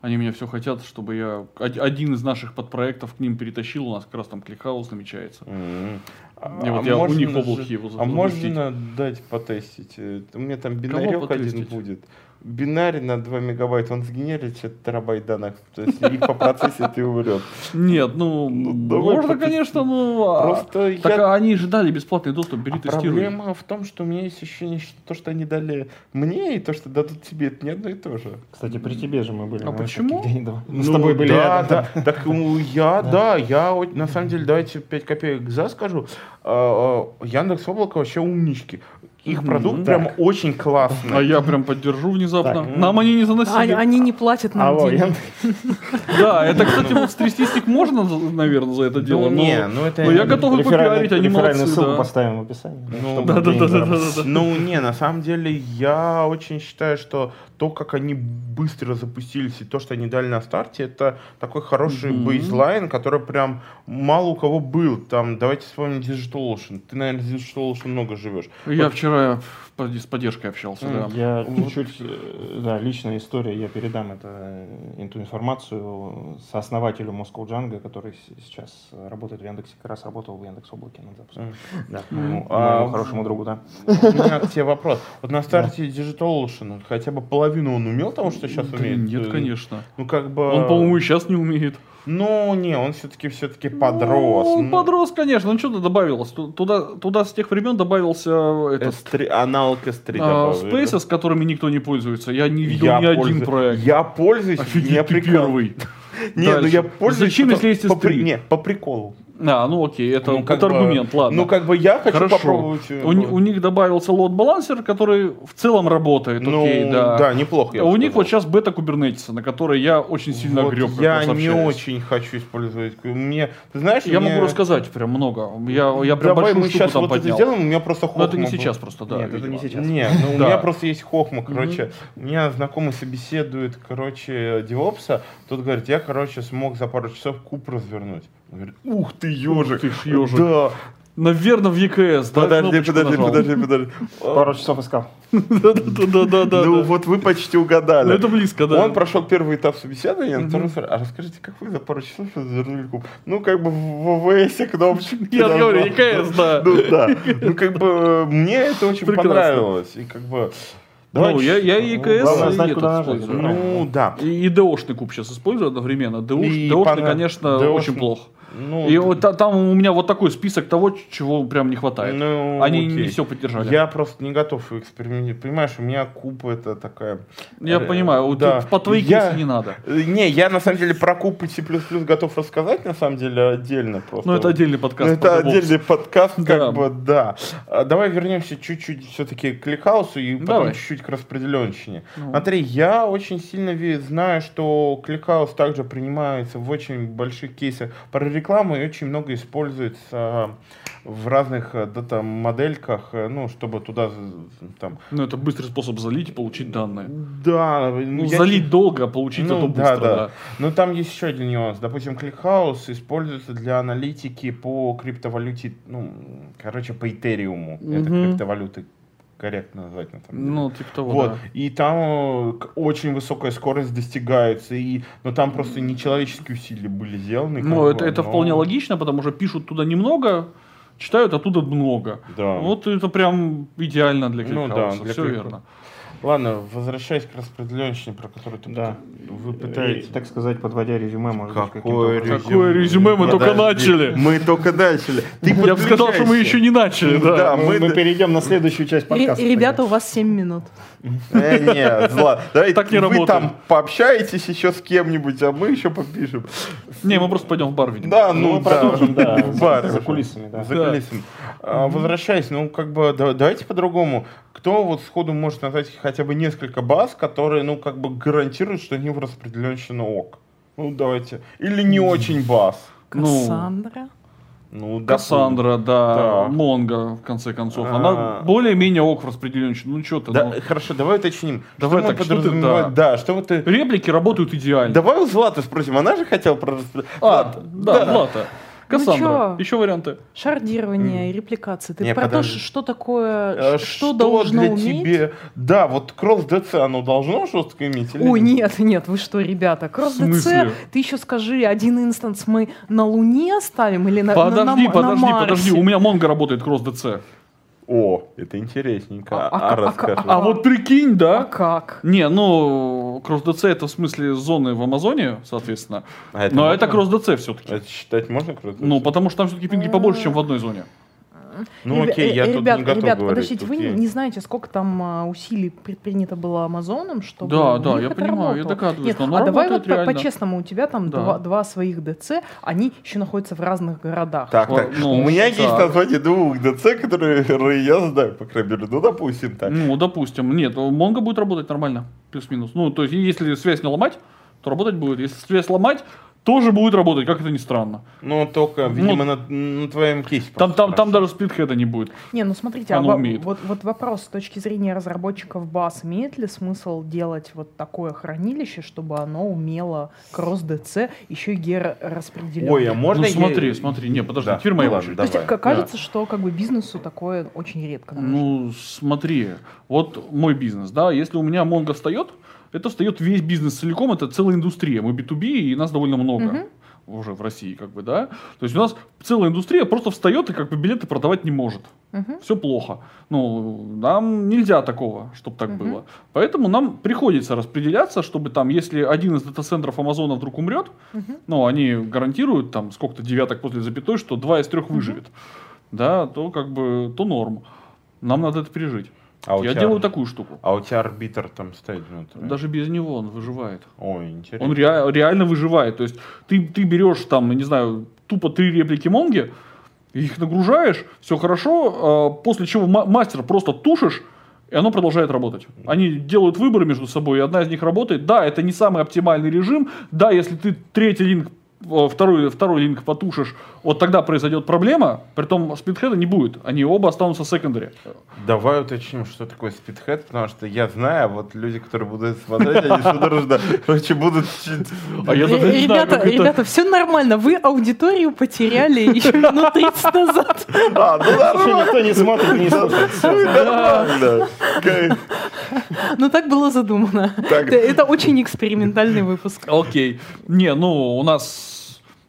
Speaker 4: Они меня все хотят, чтобы я од- один из наших подпроектов к ним перетащил. У нас как раз там кликхаус намечается.
Speaker 3: М. А,
Speaker 4: Не, вот
Speaker 3: а
Speaker 4: я у
Speaker 3: можно
Speaker 4: них в облаке
Speaker 3: же-
Speaker 4: его
Speaker 3: А
Speaker 4: запустить.
Speaker 3: можно дать потестить? Э, У меня там бинарек один
Speaker 4: потестить?
Speaker 3: будет. бинарий на 2 мегабайта, он сгенерит что-то терабайт данных. То есть их по процессе ты умрет.
Speaker 4: Нет, ну,
Speaker 3: Ну, давай
Speaker 4: можно,
Speaker 3: потестируем.
Speaker 4: конечно, ну, а-
Speaker 3: Просто я-
Speaker 4: так а они же дали бесплатный доступ, бери,
Speaker 3: А
Speaker 4: тестируй.
Speaker 3: проблема в том, что у меня есть ощущение, что то, что они дали мне, и то, что дадут тебе, это не одно и то же.
Speaker 1: Кстати, при тебе же мы были.
Speaker 4: А
Speaker 1: на
Speaker 4: почему?
Speaker 1: выставке Леонидова. Мы с
Speaker 3: Ну,
Speaker 1: тобой были
Speaker 3: Да,
Speaker 1: рядом.
Speaker 3: да. Так ну, я,
Speaker 1: Да.
Speaker 3: да, я вот, на самом деле, давайте 5 копеек за скажу. А, а, Яндекс Облако вообще умнички. Их
Speaker 4: Мгм.
Speaker 3: продукт
Speaker 4: Так.
Speaker 3: прям очень классный.
Speaker 4: А я прям поддержу внезапно.
Speaker 3: ну.
Speaker 1: Так.
Speaker 4: Нам они не
Speaker 2: А-
Speaker 4: заносили.
Speaker 2: Они не платят нам
Speaker 1: Алло,
Speaker 2: денег.
Speaker 1: я-
Speaker 4: Да, это, кстати, вот стрясти стик можно, наверное, за это дело.
Speaker 3: Ну,
Speaker 4: но-
Speaker 3: не, ну это...
Speaker 4: ну, я готов и
Speaker 1: Реферальную-
Speaker 4: попиарить, они
Speaker 1: реферальную
Speaker 4: молодцы.
Speaker 1: ссылку
Speaker 4: да.
Speaker 1: поставим в описании.
Speaker 3: Ну,
Speaker 1: чтобы деньги заработать.
Speaker 4: Да-да-да-да-да-да.
Speaker 3: Ну, не, на самом деле, я очень считаю, что то, как они быстро запустились, и то, что они дали на старте, это такой хороший
Speaker 4: Мгм.
Speaker 3: бейзлайн, который прям мало у кого был. Там, давайте вспомним Digital Ocean. Ты, наверное, с Digital Ocean много живешь.
Speaker 4: Я вчера в- с поддержкой общался, да.
Speaker 1: Я
Speaker 3: Вот.
Speaker 1: чуть-чуть, э, да, личная история, я передам это, э, эту информацию сооснователю Moscow Django, который с- сейчас работает в Яндексе, как раз работал в Яндекс Облаке над запуском.
Speaker 3: Мгм.
Speaker 1: Да, моему,
Speaker 3: А,
Speaker 1: моему
Speaker 3: в-
Speaker 1: хорошему другу, да.
Speaker 3: У меня к тебе вопрос. Вот на старте Digital Ocean хотя бы половину он умел того, что сейчас
Speaker 4: Да
Speaker 3: умеет?
Speaker 4: Нет, конечно.
Speaker 3: Ну, как бы...
Speaker 4: Он, по-моему, и сейчас не умеет.
Speaker 3: Ну, не, он все-таки все-таки подрос.
Speaker 4: Ну, Он
Speaker 3: Ну,
Speaker 4: подрос, конечно. Ну, что-то добавилось. Ту- Туда, туда с тех времен добавился э, этот
Speaker 3: S3, аналог S3
Speaker 4: а,
Speaker 3: добавили, Э, да?
Speaker 4: Spaces, которыми никто не пользуется. Я не видел ни один
Speaker 3: пользуюсь-
Speaker 4: проект.
Speaker 3: Я пользуюсь,
Speaker 4: Офигеть,
Speaker 3: не
Speaker 4: ты
Speaker 3: прикол.
Speaker 4: первый.
Speaker 3: Не, ну
Speaker 4: Дальше.
Speaker 3: я пользуюсь.
Speaker 4: Зачем,
Speaker 3: потому-
Speaker 4: если есть
Speaker 3: по при-
Speaker 4: S3?
Speaker 3: Не, по приколу.
Speaker 4: А, ну окей, это,
Speaker 3: Ну, как
Speaker 4: это
Speaker 3: бы-
Speaker 4: аргумент, ладно.
Speaker 3: Ну, как бы я хочу
Speaker 4: Хорошо.
Speaker 3: попробовать. э,
Speaker 4: у, ни- у них добавился лот-балансер, который в целом работает,
Speaker 3: ну,
Speaker 4: окей, да.
Speaker 3: да, неплохо. я
Speaker 4: А
Speaker 3: бы
Speaker 4: у них
Speaker 3: сказал.
Speaker 4: вот сейчас бета кубернетиса, на которой я очень сильно
Speaker 3: Вот
Speaker 4: греб.
Speaker 3: Я не очень хочу использовать. Мне, ты знаешь,
Speaker 4: Я
Speaker 3: мне-
Speaker 4: могу рассказать прям много. Я, я прям
Speaker 3: Давай
Speaker 4: большую
Speaker 3: мы
Speaker 4: штуку
Speaker 3: сейчас
Speaker 4: там
Speaker 3: вот
Speaker 4: поднял.
Speaker 3: это сделаем, у меня просто
Speaker 4: Но это не
Speaker 3: хохма
Speaker 4: сейчас
Speaker 3: была.
Speaker 4: просто, да.
Speaker 1: Нет, это
Speaker 4: видимо.
Speaker 1: не сейчас.
Speaker 3: Не, ну у
Speaker 4: Да.
Speaker 3: меня просто есть хохма, короче.
Speaker 4: Мгм.
Speaker 3: У меня знакомый собеседует, короче, девопса. Тот говорит, я, короче, смог за пару часов куб развернуть. Он говорит, ух ты, ежик.
Speaker 4: ты ж ежик.
Speaker 3: Да,
Speaker 4: Наверное, в ЕКС. да,
Speaker 3: Подожди,
Speaker 4: кнопочку
Speaker 3: подожди,
Speaker 4: нажал.
Speaker 3: подожди, подожди.
Speaker 1: Пару часов искал.
Speaker 4: Да-да-да-да-да.
Speaker 3: Ну вот вы почти
Speaker 4: Ну,
Speaker 3: угадали.
Speaker 4: это близко, да.
Speaker 3: Он прошел первый этап собеседования, на
Speaker 4: Мгм.
Speaker 3: втором спрашивает, а расскажите, как вы за пару часов развернули куб? Ну, как бы в ВВС кнопочки.
Speaker 4: Я же
Speaker 3: нажал.
Speaker 4: говорю, ЕКС, да.
Speaker 3: Ну да. Ну, как бы мне это очень
Speaker 4: Прекрасно.
Speaker 3: понравилось. И как бы...
Speaker 4: Ну, я, я и ЕКС,
Speaker 1: Главное
Speaker 4: и
Speaker 1: знать,
Speaker 4: этот
Speaker 1: куда нажать.
Speaker 4: использую.
Speaker 3: Ну, да.
Speaker 4: И, и ДОшный куб сейчас использую одновременно. ДОшный,
Speaker 3: И понрав-
Speaker 4: конечно,
Speaker 3: DO-шный.
Speaker 4: очень плохо.
Speaker 3: Ну,
Speaker 4: И вот та- там у меня вот такой список того, чего прям не хватает.
Speaker 3: ну,
Speaker 4: Они не
Speaker 3: окей.
Speaker 4: все поддержали.
Speaker 3: Я просто не готов экспериментировать. Понимаешь, у меня куб это такая...
Speaker 4: Я
Speaker 3: Э,
Speaker 4: понимаю, вот
Speaker 3: да.
Speaker 4: тут по твоей
Speaker 3: Я-
Speaker 4: кейсе не надо.
Speaker 3: Э, Не, я на самом деле про куб и C++ готов рассказать, на самом деле, отдельно просто.
Speaker 4: Ну, это отдельный
Speaker 3: Ну,
Speaker 4: подкаст.
Speaker 3: это
Speaker 4: про DevOps.
Speaker 3: отдельный подкаст, как
Speaker 4: Да.
Speaker 3: бы, да. А, Давай вернемся чуть-чуть все-таки к кликхаусу и потом
Speaker 4: Давай.
Speaker 3: чуть-чуть к распределенщине.
Speaker 4: Ну.
Speaker 3: Смотри, я очень сильно ве- знаю, что кликхаус также принимается в очень больших кейсах про рекламу и очень много используется а, в разных а, дата-модельках, э, ну, чтобы туда з- там...
Speaker 4: Ну, это быстрый способ залить и получить данные.
Speaker 3: Да,
Speaker 4: Ну,
Speaker 3: я
Speaker 4: залить
Speaker 3: не-
Speaker 4: долго, а получить
Speaker 3: Ну,
Speaker 4: зато
Speaker 3: да,
Speaker 4: быстро,
Speaker 3: да.
Speaker 4: да.
Speaker 3: Но там есть еще один нюанс. Допустим, кликхаус используется для аналитики по криптовалюте, ну, короче, по Итериуму. Это
Speaker 4: Мгм.
Speaker 3: криптовалюты корректно назвать на самом деле.
Speaker 4: Ну, типа того,
Speaker 3: вот.
Speaker 4: да.
Speaker 3: И там э, к- очень высокая скорость достигается, и... но там просто нечеловеческие усилия были сделаны.
Speaker 4: Ну,
Speaker 3: как
Speaker 4: это,
Speaker 3: бы,
Speaker 4: это
Speaker 3: но-
Speaker 4: вполне логично, потому что пишут туда немного, читают оттуда много.
Speaker 3: Да.
Speaker 4: Вот это прям идеально для
Speaker 3: Ну, да,
Speaker 4: кликхауса,
Speaker 3: для
Speaker 4: все
Speaker 3: кликхауса.
Speaker 4: верно.
Speaker 3: Ладно, возвращаясь к распределенщине, про которую ты
Speaker 1: Да.
Speaker 3: вы
Speaker 1: И,
Speaker 3: пытаетесь.
Speaker 1: так сказать, подводя резюме, может быть,
Speaker 3: Какое
Speaker 1: каким-то
Speaker 3: резюме?
Speaker 1: образом.
Speaker 4: Какое резюме? Мы только начали.
Speaker 3: Мы только начали. Ты
Speaker 4: Я бы сказал, что мы
Speaker 3: подключайся.
Speaker 4: еще не начали, да.
Speaker 3: Да.
Speaker 1: Мы,
Speaker 3: А мы-
Speaker 1: мы перейдем на следующую часть
Speaker 2: Ре-
Speaker 1: подкаста.
Speaker 2: Ребята, у вас 7 минут.
Speaker 3: Э, нет, зла. Давайте
Speaker 4: Так не
Speaker 3: вы
Speaker 4: работает.
Speaker 3: там пообщаетесь еще с кем-нибудь, а мы еще попишем.
Speaker 4: Не, мы просто пойдем в бар, видимо.
Speaker 3: Да,
Speaker 1: Ну,
Speaker 3: ну,
Speaker 1: мы
Speaker 3: да.
Speaker 1: продолжим, да,
Speaker 3: В
Speaker 1: за-
Speaker 3: баре
Speaker 1: за
Speaker 3: уже.
Speaker 1: кулисами, да.
Speaker 3: За
Speaker 4: Да.
Speaker 3: кулисами. А, Возвращаясь, ну, как бы, да- давайте по-другому. Кто вот сходу может назвать хотя бы несколько баз, которые, ну, как бы гарантируют, что они в распределенщину ок? Ну, давайте. Или не очень баз.
Speaker 4: Ну,
Speaker 2: Кассандра.
Speaker 3: Ну, допустим.
Speaker 4: Кассандра, да,
Speaker 3: Да.
Speaker 4: Монго, в конце концов.
Speaker 3: А.
Speaker 4: Она более-менее ок в распределенщине. Ну, что ты,
Speaker 3: Да,
Speaker 4: ну.
Speaker 3: Хорошо, давай уточним.
Speaker 4: Давай
Speaker 3: что мы
Speaker 4: так, что ты,
Speaker 3: подразумеваем? Да, что вот ты...
Speaker 4: Реплики работают идеально.
Speaker 3: Давай у Златы спросим, она же хотела про распределен-
Speaker 4: А,
Speaker 3: Злата,
Speaker 4: да, Злата. Кассандра.
Speaker 2: чё?
Speaker 4: Еще варианты.
Speaker 2: Шардирование и репликация. Ты
Speaker 3: Не,
Speaker 2: про то,
Speaker 3: подожди.
Speaker 2: что такое,
Speaker 3: Э,
Speaker 2: ш- что должно
Speaker 3: для
Speaker 2: уметь.
Speaker 3: тебе- Да, вот кросс ДЦ, оно должно жестко иметь? или
Speaker 2: Ой, нет, нет, вы что, ребята, кросс
Speaker 4: смысле?
Speaker 2: ДЦ, ты еще скажи, один инстанс мы на Луне ставим или на, на- на
Speaker 4: подожди,
Speaker 2: Ма- на
Speaker 4: подожди,
Speaker 2: Марсе?
Speaker 4: подожди. У меня Монго работает кросс ДЦ.
Speaker 3: О, это интересненько.
Speaker 2: А- а-
Speaker 3: А,
Speaker 2: а-
Speaker 3: расскажи.
Speaker 4: А вот
Speaker 2: А
Speaker 4: прикинь, да?
Speaker 2: как?
Speaker 4: Не, ну, CrossDC это в смысле зоны в Амазоне, соответственно.
Speaker 3: А это
Speaker 4: Но
Speaker 3: можно?
Speaker 4: это CrossDC все-таки.
Speaker 3: Это считать можно круто?
Speaker 4: Ну, потому что там все-таки пинги побольше, чем в одной зоне.
Speaker 3: Ну,
Speaker 2: Ребя-
Speaker 3: окей, я
Speaker 2: э,
Speaker 3: тут
Speaker 2: ребят,
Speaker 3: не готов
Speaker 2: ребят,
Speaker 3: говорить.
Speaker 2: подождите,
Speaker 3: тут
Speaker 2: вы
Speaker 3: я-
Speaker 2: не знаете, сколько там а, усилий предпринято было Амазоном, чтобы
Speaker 4: Да,
Speaker 2: у
Speaker 4: да,
Speaker 2: них
Speaker 4: я
Speaker 2: это
Speaker 4: понимаю, я
Speaker 2: работало?
Speaker 4: догадываюсь,
Speaker 2: Нет,
Speaker 4: но оно
Speaker 2: а давай
Speaker 4: работает
Speaker 2: вот по-
Speaker 4: реально.
Speaker 2: по-честному, у тебя там
Speaker 4: Да.
Speaker 2: два, два своих ДЦ, они еще находятся в разных городах.
Speaker 3: Так,
Speaker 4: О,
Speaker 3: так.
Speaker 4: ну,
Speaker 3: У меня есть
Speaker 4: так.
Speaker 3: название двух ДЦ, которые я знаю, по крайней мере. Ну, допустим, так.
Speaker 4: Ну, допустим. Нет, Монго будет работать нормально, плюс-минус. Ну, то есть, если связь не ломать, то работать будет. Если связь ломать, тоже будет работать, как это ни странно.
Speaker 3: Ну, только,
Speaker 4: Ну,
Speaker 3: видимо, на, на твоем кейсе.
Speaker 4: Там, там,
Speaker 3: просто
Speaker 4: там
Speaker 3: спрашивают.
Speaker 4: даже сплитхеда не будет.
Speaker 2: Не, ну смотрите,
Speaker 4: Оно
Speaker 2: а во-
Speaker 4: умеет.
Speaker 2: вот, вот вопрос с точки зрения разработчиков баз, имеет ли смысл делать вот такое хранилище, чтобы оно умело кросс ДЦ еще и геораспределенно?
Speaker 3: Ой, а можно
Speaker 4: ну,
Speaker 3: я-
Speaker 4: смотри, смотри. Не, подожди,
Speaker 3: Да,
Speaker 4: теперь моя
Speaker 3: ну, ладно,
Speaker 4: очередь.
Speaker 2: То есть
Speaker 3: давай,
Speaker 2: к- кажется, что как бы бизнесу такое очень редко. нужно.
Speaker 4: Ну, смотри, вот мой бизнес, да, если у меня Монго встает, это встает весь бизнес целиком, это целая индустрия. Мы B2B, и нас довольно много
Speaker 2: Мгм.
Speaker 4: уже в России, как бы, да. То есть у нас целая индустрия просто встает и как бы билеты продавать не может.
Speaker 2: Мгм.
Speaker 4: Все плохо. Ну, нам нельзя такого, чтобы так
Speaker 2: Мгм.
Speaker 4: было. Поэтому нам приходится распределяться, чтобы там, если один из дата-центров Амазона вдруг умрет,
Speaker 2: Мгм.
Speaker 4: ну, они гарантируют там сколько-то девяток после запятой, что два из трех выживет. Да, то как бы, то норм. Нам надо это пережить.
Speaker 3: А у
Speaker 4: Я
Speaker 3: тебя-
Speaker 4: делаю такую штуку.
Speaker 3: А у тебя арбитр там стоит внутри?
Speaker 4: Даже без него он выживает.
Speaker 3: Ой, интересно.
Speaker 4: Он реа- реально выживает. То есть ты, ты берешь там, я не знаю, тупо три реплики Монги, их нагружаешь, все хорошо, а, после чего ма- мастер просто тушишь, и оно продолжает работать. Они делают выборы между собой, и одна из них работает. Да, это не самый оптимальный режим. Да, если ты третий линк, э, второй, второй линк потушишь, вот тогда произойдет проблема, притом сплитхеда не будет. Они оба останутся в секондаре.
Speaker 3: Давай уточним, что такое спидхед, потому что я знаю, а вот люди, которые будут смотреть, они судорожно, короче, будут... чуть-
Speaker 4: А я
Speaker 2: Э,
Speaker 4: даже не знаю,
Speaker 2: ребята,
Speaker 4: как это...
Speaker 2: ребята, все нормально. Вы аудиторию потеряли еще минут 30 назад.
Speaker 3: А, ну
Speaker 1: Вообще
Speaker 3: нормально.
Speaker 1: никто не смотрит, не слушает.
Speaker 3: Ну, нормально. Кайф.
Speaker 2: Но Ну, так было задумано.
Speaker 3: Так.
Speaker 2: Это- Это очень экспериментальный выпуск.
Speaker 4: Окей. Не, ну, у нас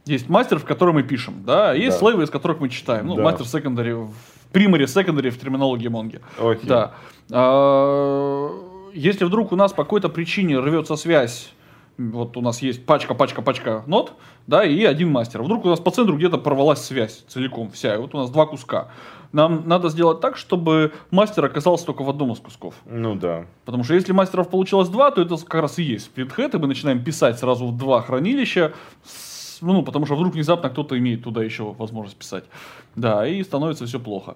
Speaker 4: есть мастер, в который мы пишем, да, и есть
Speaker 3: Да.
Speaker 4: слейвы, из которых мы читаем. Ну,
Speaker 3: Да.
Speaker 4: мастер секондари, в примаре секондари в терминологии Монги.
Speaker 3: Окей.
Speaker 4: Да. А, Если вдруг у нас по какой-то причине рвется связь, вот у нас есть пачка, пачка, пачка нот, да, и один мастер. Вдруг у нас по центру где-то порвалась связь целиком вся, и вот у нас два куска. Нам надо сделать так, чтобы мастер оказался только в одном из кусков.
Speaker 3: Ну да.
Speaker 4: Потому что если мастеров получилось два, то это как раз и есть сплитхед, и мы начинаем писать сразу в два хранилища, с- ну, потому что вдруг внезапно кто-то имеет туда еще возможность писать. Да, и становится все плохо.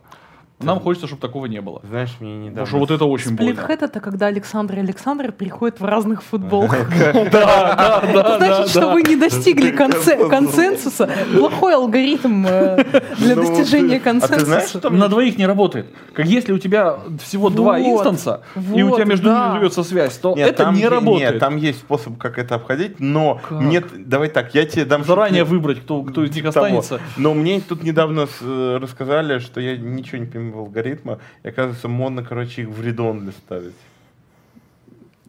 Speaker 4: Нам хочется, чтобы такого не было.
Speaker 3: Знаешь, мне недавно...
Speaker 4: Потому что вот это очень больно.
Speaker 2: Сплитхед это когда Александр и Александр приходят в разных футболках.
Speaker 4: Да, да,
Speaker 2: Это значит, что вы не достигли консе-
Speaker 3: Консенсус.
Speaker 2: консенсуса. Плохой алгоритм э, для
Speaker 3: Ну,
Speaker 2: достижения
Speaker 3: ты- а ты знаешь,
Speaker 2: консенсуса.
Speaker 3: что
Speaker 4: На двоих не работает. Как если у тебя всего два
Speaker 2: Вот,
Speaker 4: инстанса, и у
Speaker 2: вот,
Speaker 4: тебя между
Speaker 2: да.
Speaker 4: ними рвется связь, то
Speaker 3: Нет,
Speaker 4: это
Speaker 3: там
Speaker 4: не
Speaker 3: е-
Speaker 4: работает.
Speaker 3: Нет, там есть способ, как это обходить, но
Speaker 4: Как?
Speaker 3: нет, давай так, я тебе дам
Speaker 4: Заранее
Speaker 3: шутник
Speaker 4: выбрать, кто, кто из них
Speaker 3: Типа того.
Speaker 4: останется.
Speaker 3: Но мне тут недавно с- э, рассказали, что я ничего не понимаю в алгоритма, и оказывается, модно, короче, их в редонли ставить.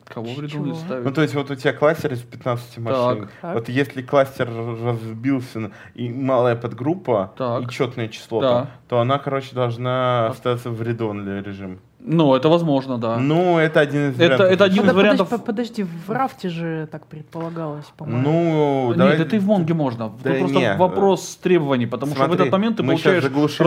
Speaker 4: Кого в
Speaker 2: Чего?
Speaker 4: рядом ставить?
Speaker 3: Ну, то есть, вот у тебя кластер из 15 машин.
Speaker 2: Так.
Speaker 3: Вот если кластер разбился на- и малая подгруппа,
Speaker 4: Так.
Speaker 3: и четное число,
Speaker 4: Да.
Speaker 3: там, то она, короче, должна остаться в редонли режим.
Speaker 4: Ну, это возможно, да.
Speaker 3: Ну, это один из
Speaker 4: Это-
Speaker 3: вариантов.
Speaker 4: это один из
Speaker 2: Подо- подожди,
Speaker 4: вариантов-
Speaker 2: по- Подожди, в рафте же так предполагалось, по-моему.
Speaker 3: Ну,
Speaker 4: Нет,
Speaker 3: давай-
Speaker 4: это и в Монге можно.
Speaker 3: Да
Speaker 4: Тут просто
Speaker 3: не, э,
Speaker 4: вопрос требований, потому что в
Speaker 3: Смотри,
Speaker 4: этот момент ты
Speaker 3: мы щас
Speaker 4: получаешь
Speaker 3: заглушили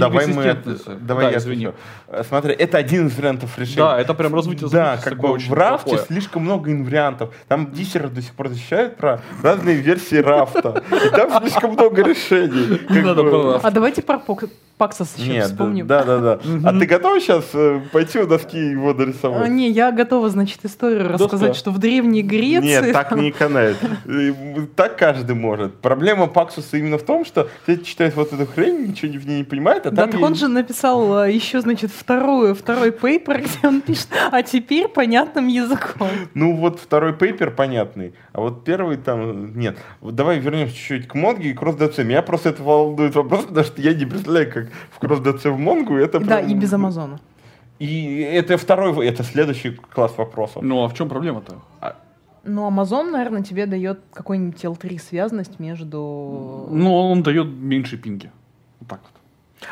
Speaker 3: Злату, давай мы это-
Speaker 4: неконсистентности.
Speaker 3: давай
Speaker 4: Да,
Speaker 3: я
Speaker 4: извини.
Speaker 3: отвечу. Э, Смотри, это один из вариантов решения.
Speaker 4: Да, это прям
Speaker 3: Да,
Speaker 4: развитие звука
Speaker 3: как
Speaker 4: такое
Speaker 3: бы
Speaker 4: очень
Speaker 3: в рафте
Speaker 4: плохое.
Speaker 3: слишком много инвариантов. Там диссеры до сих пор защищают про разные версии рафта. И там слишком много решений. Как
Speaker 4: надо
Speaker 3: бы-
Speaker 4: было.
Speaker 2: А давайте про Пок- Паксос еще
Speaker 3: Нет,
Speaker 2: вспомним.
Speaker 3: да, да, да. А
Speaker 4: Мгм.
Speaker 3: ты готов сейчас э, пойти у доски его
Speaker 2: А,
Speaker 3: дорисовать?
Speaker 2: Не, я готова, значит, историю
Speaker 4: Доска.
Speaker 2: рассказать, что в Древней Греции...
Speaker 3: Нет, так не канает. Э, Так каждый может. Проблема Паксуса именно в том, что все читают вот эту хрень, ничего не- в ней не понимают, а
Speaker 2: Да,
Speaker 3: там...
Speaker 2: так
Speaker 3: ей-
Speaker 2: он же написал э, еще, значит, вторую, второй пейпер, где он пишет, а теперь понятным языком.
Speaker 3: Ну вот второй пейпер понятный, а вот первый там нет. Вот давай вернемся чуть-чуть к Монге и кросс ДЦ. Меня просто это волнует вопрос, потому что я не представляю, как в кросс ДЦ в Монгу это...
Speaker 2: Да,
Speaker 3: прям-
Speaker 2: и без Амазона.
Speaker 3: И это второй, это следующий класс вопросов.
Speaker 4: Ну, а в чем проблема-то?
Speaker 2: Но Амазон, наверное, тебе дает какой-нибудь L3 связность между...
Speaker 3: Ну,
Speaker 4: Ну, он дает меньше пинги. Вот так вот.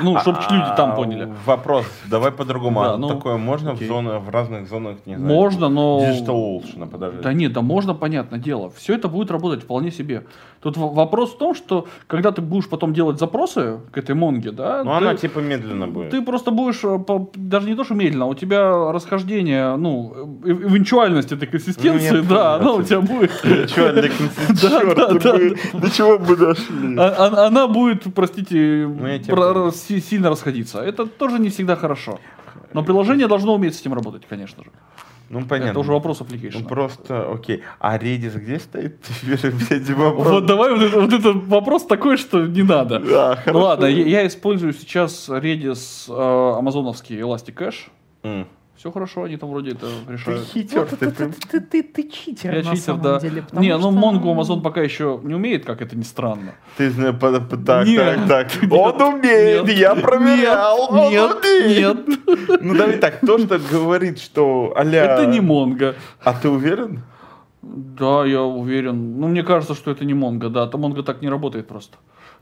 Speaker 4: Ну, чтобы
Speaker 3: А,
Speaker 4: люди там поняли.
Speaker 3: Вопрос, давай по-другому.
Speaker 4: Да,
Speaker 3: А
Speaker 4: ну,
Speaker 3: такое можно в
Speaker 4: окей.
Speaker 3: зонах, в разных зонах, не знаю. типа,
Speaker 4: Можно, но...
Speaker 3: Digital Ocean, подожди.
Speaker 4: Да нет, да можно, понятное дело. Все это будет работать вполне себе. Тут в- вопрос в том, что когда ты будешь потом делать запросы к этой монге, да...
Speaker 3: Ну,
Speaker 4: ты-
Speaker 3: она типа медленно будет.
Speaker 4: Ты просто будешь э, по- даже не то, что медленно, а у тебя расхождение, ну, э- эвенчуальность этой консистенции,
Speaker 3: Ну, нет,
Speaker 4: да, она у
Speaker 3: понятно.
Speaker 4: тебя будет.
Speaker 3: Чё, для консистенции,
Speaker 4: Да,
Speaker 3: чёрт,
Speaker 4: да,
Speaker 3: ну
Speaker 4: да,
Speaker 3: мы- До чего мы дошли?
Speaker 4: А- а- Она будет, простите,
Speaker 3: Ну, я тебя
Speaker 4: про-
Speaker 3: понял.
Speaker 4: си- сильно расходиться. Это тоже не всегда хорошо. Но приложение должно уметь с этим работать, конечно же.
Speaker 3: Ну, понятно.
Speaker 4: Это уже вопрос
Speaker 3: Ну,
Speaker 4: application.
Speaker 3: просто, окей. А Redis где стоит? Теперь, блядь, вопрос.
Speaker 4: Вот давай вот это, вот это вопрос такой, что не надо.
Speaker 3: Да,
Speaker 4: Ну
Speaker 3: хорошо.
Speaker 4: ладно, я, я использую сейчас Redis э, амазоновский Elastic Cache.
Speaker 3: М.
Speaker 4: Все хорошо, они там вроде это
Speaker 3: Ты
Speaker 4: решают.
Speaker 3: хитер,
Speaker 2: Вот
Speaker 3: ты,
Speaker 2: это
Speaker 3: ты-
Speaker 2: ты, ты, ты- ты читер
Speaker 4: Я
Speaker 2: на
Speaker 4: читер,
Speaker 2: самом
Speaker 4: да.
Speaker 2: деле. потому
Speaker 4: Не, ну
Speaker 2: что-
Speaker 4: Монгу Амазон пока еще не умеет, как это ни странно.
Speaker 3: ты зна- по- по- так,
Speaker 4: Нет.
Speaker 3: так, так. Он умеет,
Speaker 4: Нет.
Speaker 3: я проверял, он
Speaker 4: Нет,
Speaker 3: умеет.
Speaker 4: нет,
Speaker 3: Ну давай так, то, что говорит, что а-ля...
Speaker 4: это не Монго.
Speaker 3: А ты уверен?
Speaker 4: Да, я уверен. Ну, мне кажется, что это не Монго, да. Там Монго так не работает просто.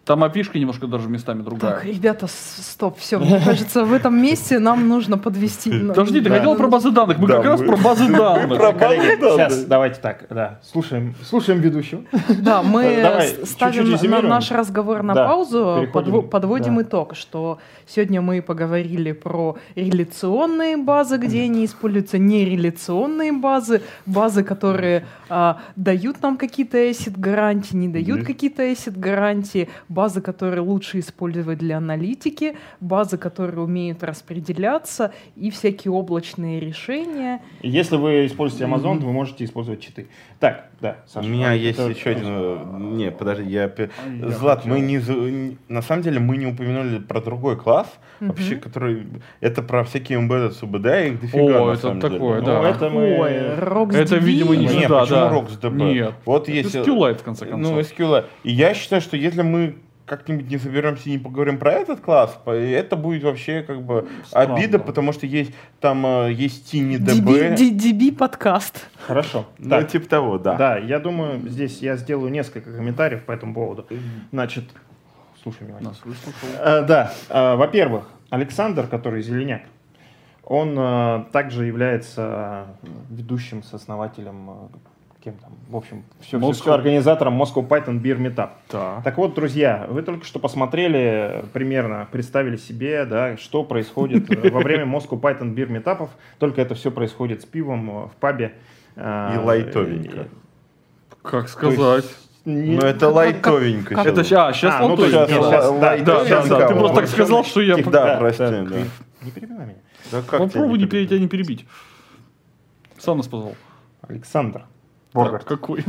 Speaker 4: Там опишка немножко даже местами другая.
Speaker 2: Так, ребята, с- стоп, все. Мне кажется, в этом месте нам нужно подвести. ну,
Speaker 4: Подожди, ты
Speaker 3: Да.
Speaker 4: хотел про базы данных? Мы
Speaker 3: Да,
Speaker 4: как раз
Speaker 3: мы-
Speaker 4: про базы данных.
Speaker 3: про-
Speaker 1: Коллеги,
Speaker 3: Да, да.
Speaker 1: сейчас давайте так, да, слушаем, слушаем ведущего.
Speaker 2: Да, мы
Speaker 1: Давай,
Speaker 2: с-
Speaker 1: чуть-чуть
Speaker 2: ставим на-
Speaker 1: резюмируем.
Speaker 2: наш разговор на
Speaker 1: Да,
Speaker 2: паузу,
Speaker 1: переходим,
Speaker 2: подво- подводим
Speaker 1: да.
Speaker 2: итог, что сегодня мы поговорили про реляционные базы, где они используются, нереляционные базы, базы, которые а, дают нам какие-то asset гарантии, не дают
Speaker 3: Мгм.
Speaker 2: какие-то asset гарантии, базы, которые лучше использовать для аналитики, базы, которые умеют распределяться и всякие облачные решения.
Speaker 1: Если вы используете Amazon, то вы можете использовать читы. Так, да,
Speaker 3: У
Speaker 1: Саша,
Speaker 3: меня
Speaker 1: а,
Speaker 3: есть
Speaker 1: это-
Speaker 3: еще один... э, Не, подожди, я... опять-
Speaker 4: А, Я
Speaker 3: Злат,
Speaker 4: хотел.
Speaker 3: мы не... за- не- На самом деле мы не упомянули про другой класс,
Speaker 2: Мгм.
Speaker 3: вообще, который... Это про всякие embedded SUBD, их дофига
Speaker 4: О,
Speaker 3: на
Speaker 4: это
Speaker 3: самом деле.
Speaker 4: такое,
Speaker 1: Ну,
Speaker 4: да.
Speaker 1: это мы...
Speaker 2: Ой, Rocksdb.
Speaker 4: Это, видимо, не
Speaker 3: Не,
Speaker 4: сюда,
Speaker 3: почему
Speaker 4: да.
Speaker 3: RocksDB?
Speaker 4: Нет.
Speaker 3: Вот
Speaker 4: Это
Speaker 3: если...
Speaker 4: SQLite, в конце концов.
Speaker 3: Ну, SQLite. И я считаю, что если мы как-нибудь не соберемся и не поговорим про этот класс, по- это будет вообще как бы
Speaker 4: Странно.
Speaker 3: обида, потому что есть там э, есть Тини
Speaker 2: DB,
Speaker 3: ДБ.
Speaker 2: DB подкаст.
Speaker 1: Хорошо.
Speaker 3: Ну,
Speaker 1: Так,
Speaker 3: типа того, да.
Speaker 1: Да, я думаю, здесь я сделаю несколько комментариев по этому поводу. Значит, слушай внимательно.
Speaker 4: Нас выслушал.
Speaker 1: Э, Да, Э, во-первых, Александр, который зеленяк, он э, также является э, ведущим, сооснователем, э, кем там, в общем, все,
Speaker 4: Moscow.
Speaker 1: организатором Moscow Python Beer Meetup.
Speaker 4: Да.
Speaker 1: Так вот, друзья, вы только что посмотрели э, примерно, представили себе, да, что происходит э, во время Moscow Python Beer Meetup. Только это все происходит с пивом э, в пабе. э,
Speaker 4: А,
Speaker 3: И лайтовенько.
Speaker 4: Как сказать?
Speaker 1: Не-
Speaker 3: Ну, это лайтовенько.
Speaker 2: как-
Speaker 3: сейчас.
Speaker 4: Это ща- а, сейчас
Speaker 1: А,
Speaker 4: он
Speaker 1: ну,
Speaker 4: точно.
Speaker 1: сейчас,
Speaker 4: сказал.
Speaker 1: сейчас.
Speaker 4: да, да, да,
Speaker 1: да,
Speaker 4: ты просто так сказал, что я...
Speaker 3: Да,
Speaker 1: Да,
Speaker 3: прости,
Speaker 1: да,
Speaker 3: да.
Speaker 1: Не перебивай меня.
Speaker 3: Да как
Speaker 4: Попробуй не
Speaker 3: тебя
Speaker 4: пере- тебя не перебить. Сам нас позвал.
Speaker 1: Александр.
Speaker 4: Так, какой?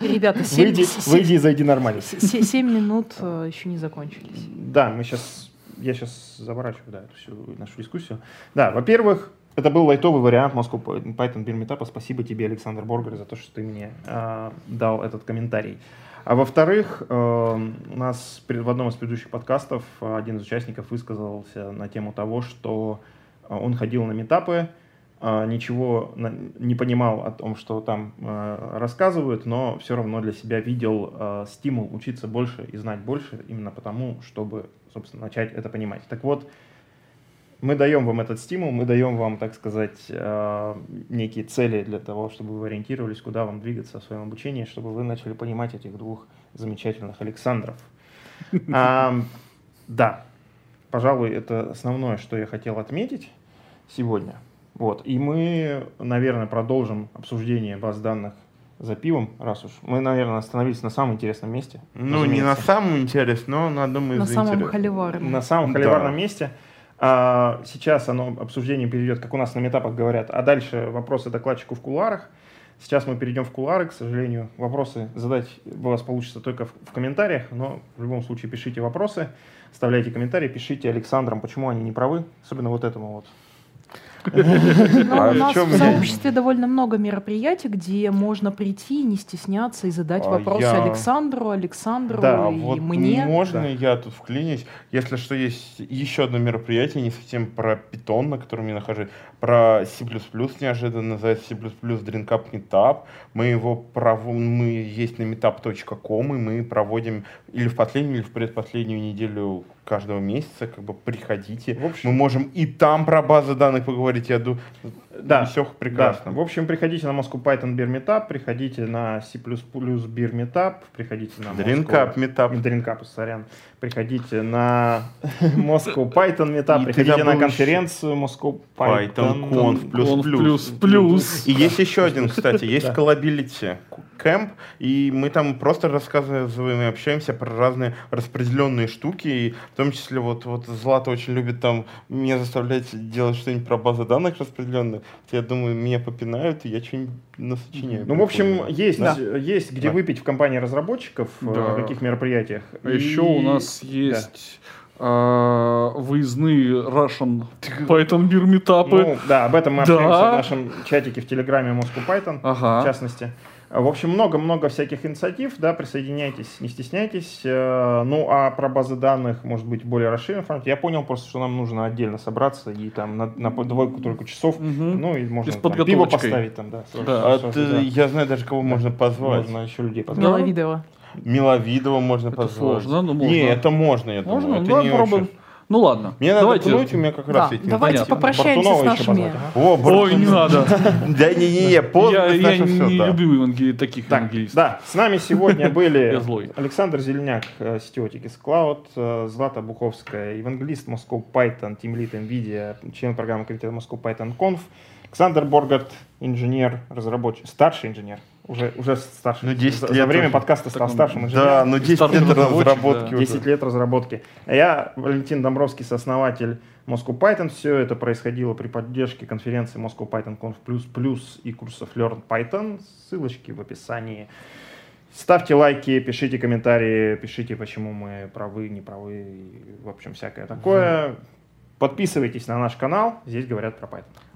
Speaker 2: Ребята, семь,
Speaker 1: Выйди,
Speaker 2: се-
Speaker 1: выйди и зайди нормально.
Speaker 2: се- семь минут э, еще не закончились.
Speaker 1: Да, мы сейчас, я сейчас заворачиваю да, эту всю нашу дискуссию. Да, во-первых, это был лайтовый вариант Moscow Python Beer Meetup. Спасибо тебе, Александр Боргер, за то, что ты мне а, дал этот комментарий. А во-вторых, эм, у нас пред- в одном из предыдущих подкастов а, один из участников высказался на тему того, что а, он ходил на метапы, а, ничего на- не понимал о том, что там э, рассказывают, но все равно для себя видел э, стимул учиться больше и знать больше, именно потому, чтобы, собственно, начать это понимать. Так вот, мы даем вам этот стимул, мы даем вам, так сказать, э, некие цели для того, чтобы вы ориентировались, куда вам двигаться в своем обучении, чтобы вы начали понимать этих двух замечательных Александров. Ам, Да, пожалуй, это основное, что я хотел отметить сегодня. Вот. И мы, наверное, продолжим обсуждение баз данных за пивом, раз уж. Мы, наверное, остановились на самом интересном месте.
Speaker 3: Ну, не на
Speaker 1: разумеется.
Speaker 3: самом интересном, но на одном из
Speaker 2: На самом
Speaker 3: интересных.
Speaker 2: холиварном.
Speaker 1: На самом
Speaker 3: Да.
Speaker 1: холиварном месте. А, сейчас оно обсуждение перейдет, как у нас на метапах говорят, а дальше вопросы докладчику в куларах. Сейчас мы перейдем в кулары, к сожалению, вопросы задать у вас получится только в, в комментариях, но в любом случае пишите вопросы, оставляйте комментарии, пишите Александрам, почему они не правы, особенно вот этому вот.
Speaker 2: Но Ну,
Speaker 3: А
Speaker 2: у
Speaker 3: в
Speaker 2: нас
Speaker 3: чем
Speaker 2: в
Speaker 3: я-
Speaker 2: сообществе довольно много мероприятий, где можно прийти, не стесняться и задать
Speaker 3: А
Speaker 2: вопросы
Speaker 3: я-
Speaker 2: Александру, Александру
Speaker 1: Да,
Speaker 3: А
Speaker 2: и
Speaker 3: вот
Speaker 2: мне.
Speaker 3: можно
Speaker 1: Да.
Speaker 3: я тут вклинюсь? Если что, есть еще одно мероприятие, не совсем про питон, на котором я нахожусь, про C++ неожиданно называется C++ Drink Up Meetup. Мы его пров... мы есть на meetup.com, и мы проводим или в последнюю, или в предпоследнюю неделю каждого месяца, как бы приходите.
Speaker 1: В общем-
Speaker 3: Мы можем и там про базы данных поговорить, я думаю,
Speaker 1: Да,
Speaker 3: все
Speaker 1: Прекрасно.
Speaker 3: прекрасно.
Speaker 1: В общем, приходите на Moscow Python Beer Meetup, приходите на C++ Beer Meetup, приходите на
Speaker 3: Дринкап,
Speaker 1: Moscow-
Speaker 3: метап.
Speaker 1: Дринкап, сорян. Приходите на Moscow Python Meetup,
Speaker 3: И
Speaker 1: приходите
Speaker 3: тогда
Speaker 1: на
Speaker 3: был
Speaker 1: конференцию Moscow
Speaker 3: Python Conf плюс
Speaker 4: Conf
Speaker 3: плюс.
Speaker 4: плюс плюс.
Speaker 3: И есть еще один, кстати, есть
Speaker 1: Да.
Speaker 3: Коллабилити Кэмп, и мы там просто рассказываем и общаемся про разные распределенные штуки, и в том числе вот, вот Злата очень любит там меня заставлять делать что-нибудь про базы данных распределенных, я думаю, меня попинают, и я что-нибудь насочиняю.
Speaker 1: Ну, в общем,
Speaker 3: Прикольно.
Speaker 1: есть,
Speaker 3: Да.
Speaker 1: есть где
Speaker 3: Да.
Speaker 1: выпить в компании разработчиков, э,
Speaker 4: Да.
Speaker 1: на каких мероприятиях.
Speaker 4: А
Speaker 1: И-
Speaker 4: еще у нас есть э, выездные Russian Python Beer
Speaker 1: Да.
Speaker 4: метапы.
Speaker 1: Ну, да, об этом мы
Speaker 4: Да.
Speaker 1: общаемся в нашем чатике в Телеграме Moscow Python. в
Speaker 4: ага.
Speaker 1: частности. В общем, много-много всяких инициатив, да, присоединяйтесь, не стесняйтесь. Э, Ну, а про базы данных, может быть, более расширен формат. Я понял просто, что нам нужно отдельно собраться и там на, на по- двойку-тройку часов,
Speaker 4: Мгм.
Speaker 1: ну, и можно
Speaker 4: И с
Speaker 1: там пиво
Speaker 4: подготовочкой.
Speaker 1: поставить там, да. сразу-
Speaker 4: Да.
Speaker 3: А
Speaker 1: сразу,
Speaker 3: ты-
Speaker 1: да.
Speaker 3: Я знаю даже, кого можно позвать.
Speaker 1: Можно еще людей позвать.
Speaker 2: Миловидова.
Speaker 3: Миловидова можно
Speaker 4: Это
Speaker 3: позвать.
Speaker 4: сложно, но можно.
Speaker 3: Не, это можно, я думаю.
Speaker 4: Можно?
Speaker 3: Это
Speaker 4: Ну,
Speaker 3: не
Speaker 4: попробуем.
Speaker 3: очень-
Speaker 4: Ну ладно.
Speaker 3: Мне надо
Speaker 4: давайте.
Speaker 3: пнуть, у меня как раз
Speaker 2: Да,
Speaker 3: эти
Speaker 2: давайте
Speaker 4: непонятно.
Speaker 2: А попрощаемся с
Speaker 1: Бартунова еще
Speaker 2: нашими.
Speaker 1: позвать, ага.
Speaker 3: О,
Speaker 4: Ой, не надо.
Speaker 3: Да не-не-не, поздно
Speaker 4: Я,
Speaker 3: это
Speaker 4: я
Speaker 3: наше
Speaker 4: не
Speaker 3: всё, да.
Speaker 4: люблю евангели- таких
Speaker 1: Так,
Speaker 4: евангелистов.
Speaker 1: да, с нами сегодня были
Speaker 4: Я злой.
Speaker 1: Александр Зеленяк, э, CTO Cloud, э, Злата Буховская, евангелист Moscow Python, тимлит NVIDIA, член программы комитета Moscow Python Conf, Александр Боргат, инженер, разработчик, старший инженер, уже, уже старший.
Speaker 3: Ну, 10
Speaker 1: за,
Speaker 3: лет
Speaker 1: за время
Speaker 3: уже.
Speaker 1: подкаста стал
Speaker 4: Так он-
Speaker 1: старшим инженером.
Speaker 3: Да, ну 10
Speaker 4: Старший
Speaker 3: лет
Speaker 4: разработчик,
Speaker 3: разработки
Speaker 4: да.
Speaker 3: уже.
Speaker 1: 10 лет разработки. А Я, Валентин Домбровский, сооснователь Moscow Python. Все это происходило при поддержке конференции Moscow Python Conf++ и курсов Learn Python. Ссылочки в описании. Ставьте лайки, пишите комментарии, пишите, почему мы правы, не правы, и, в общем, всякое такое. Подписывайтесь на наш канал. Здесь говорят про Python.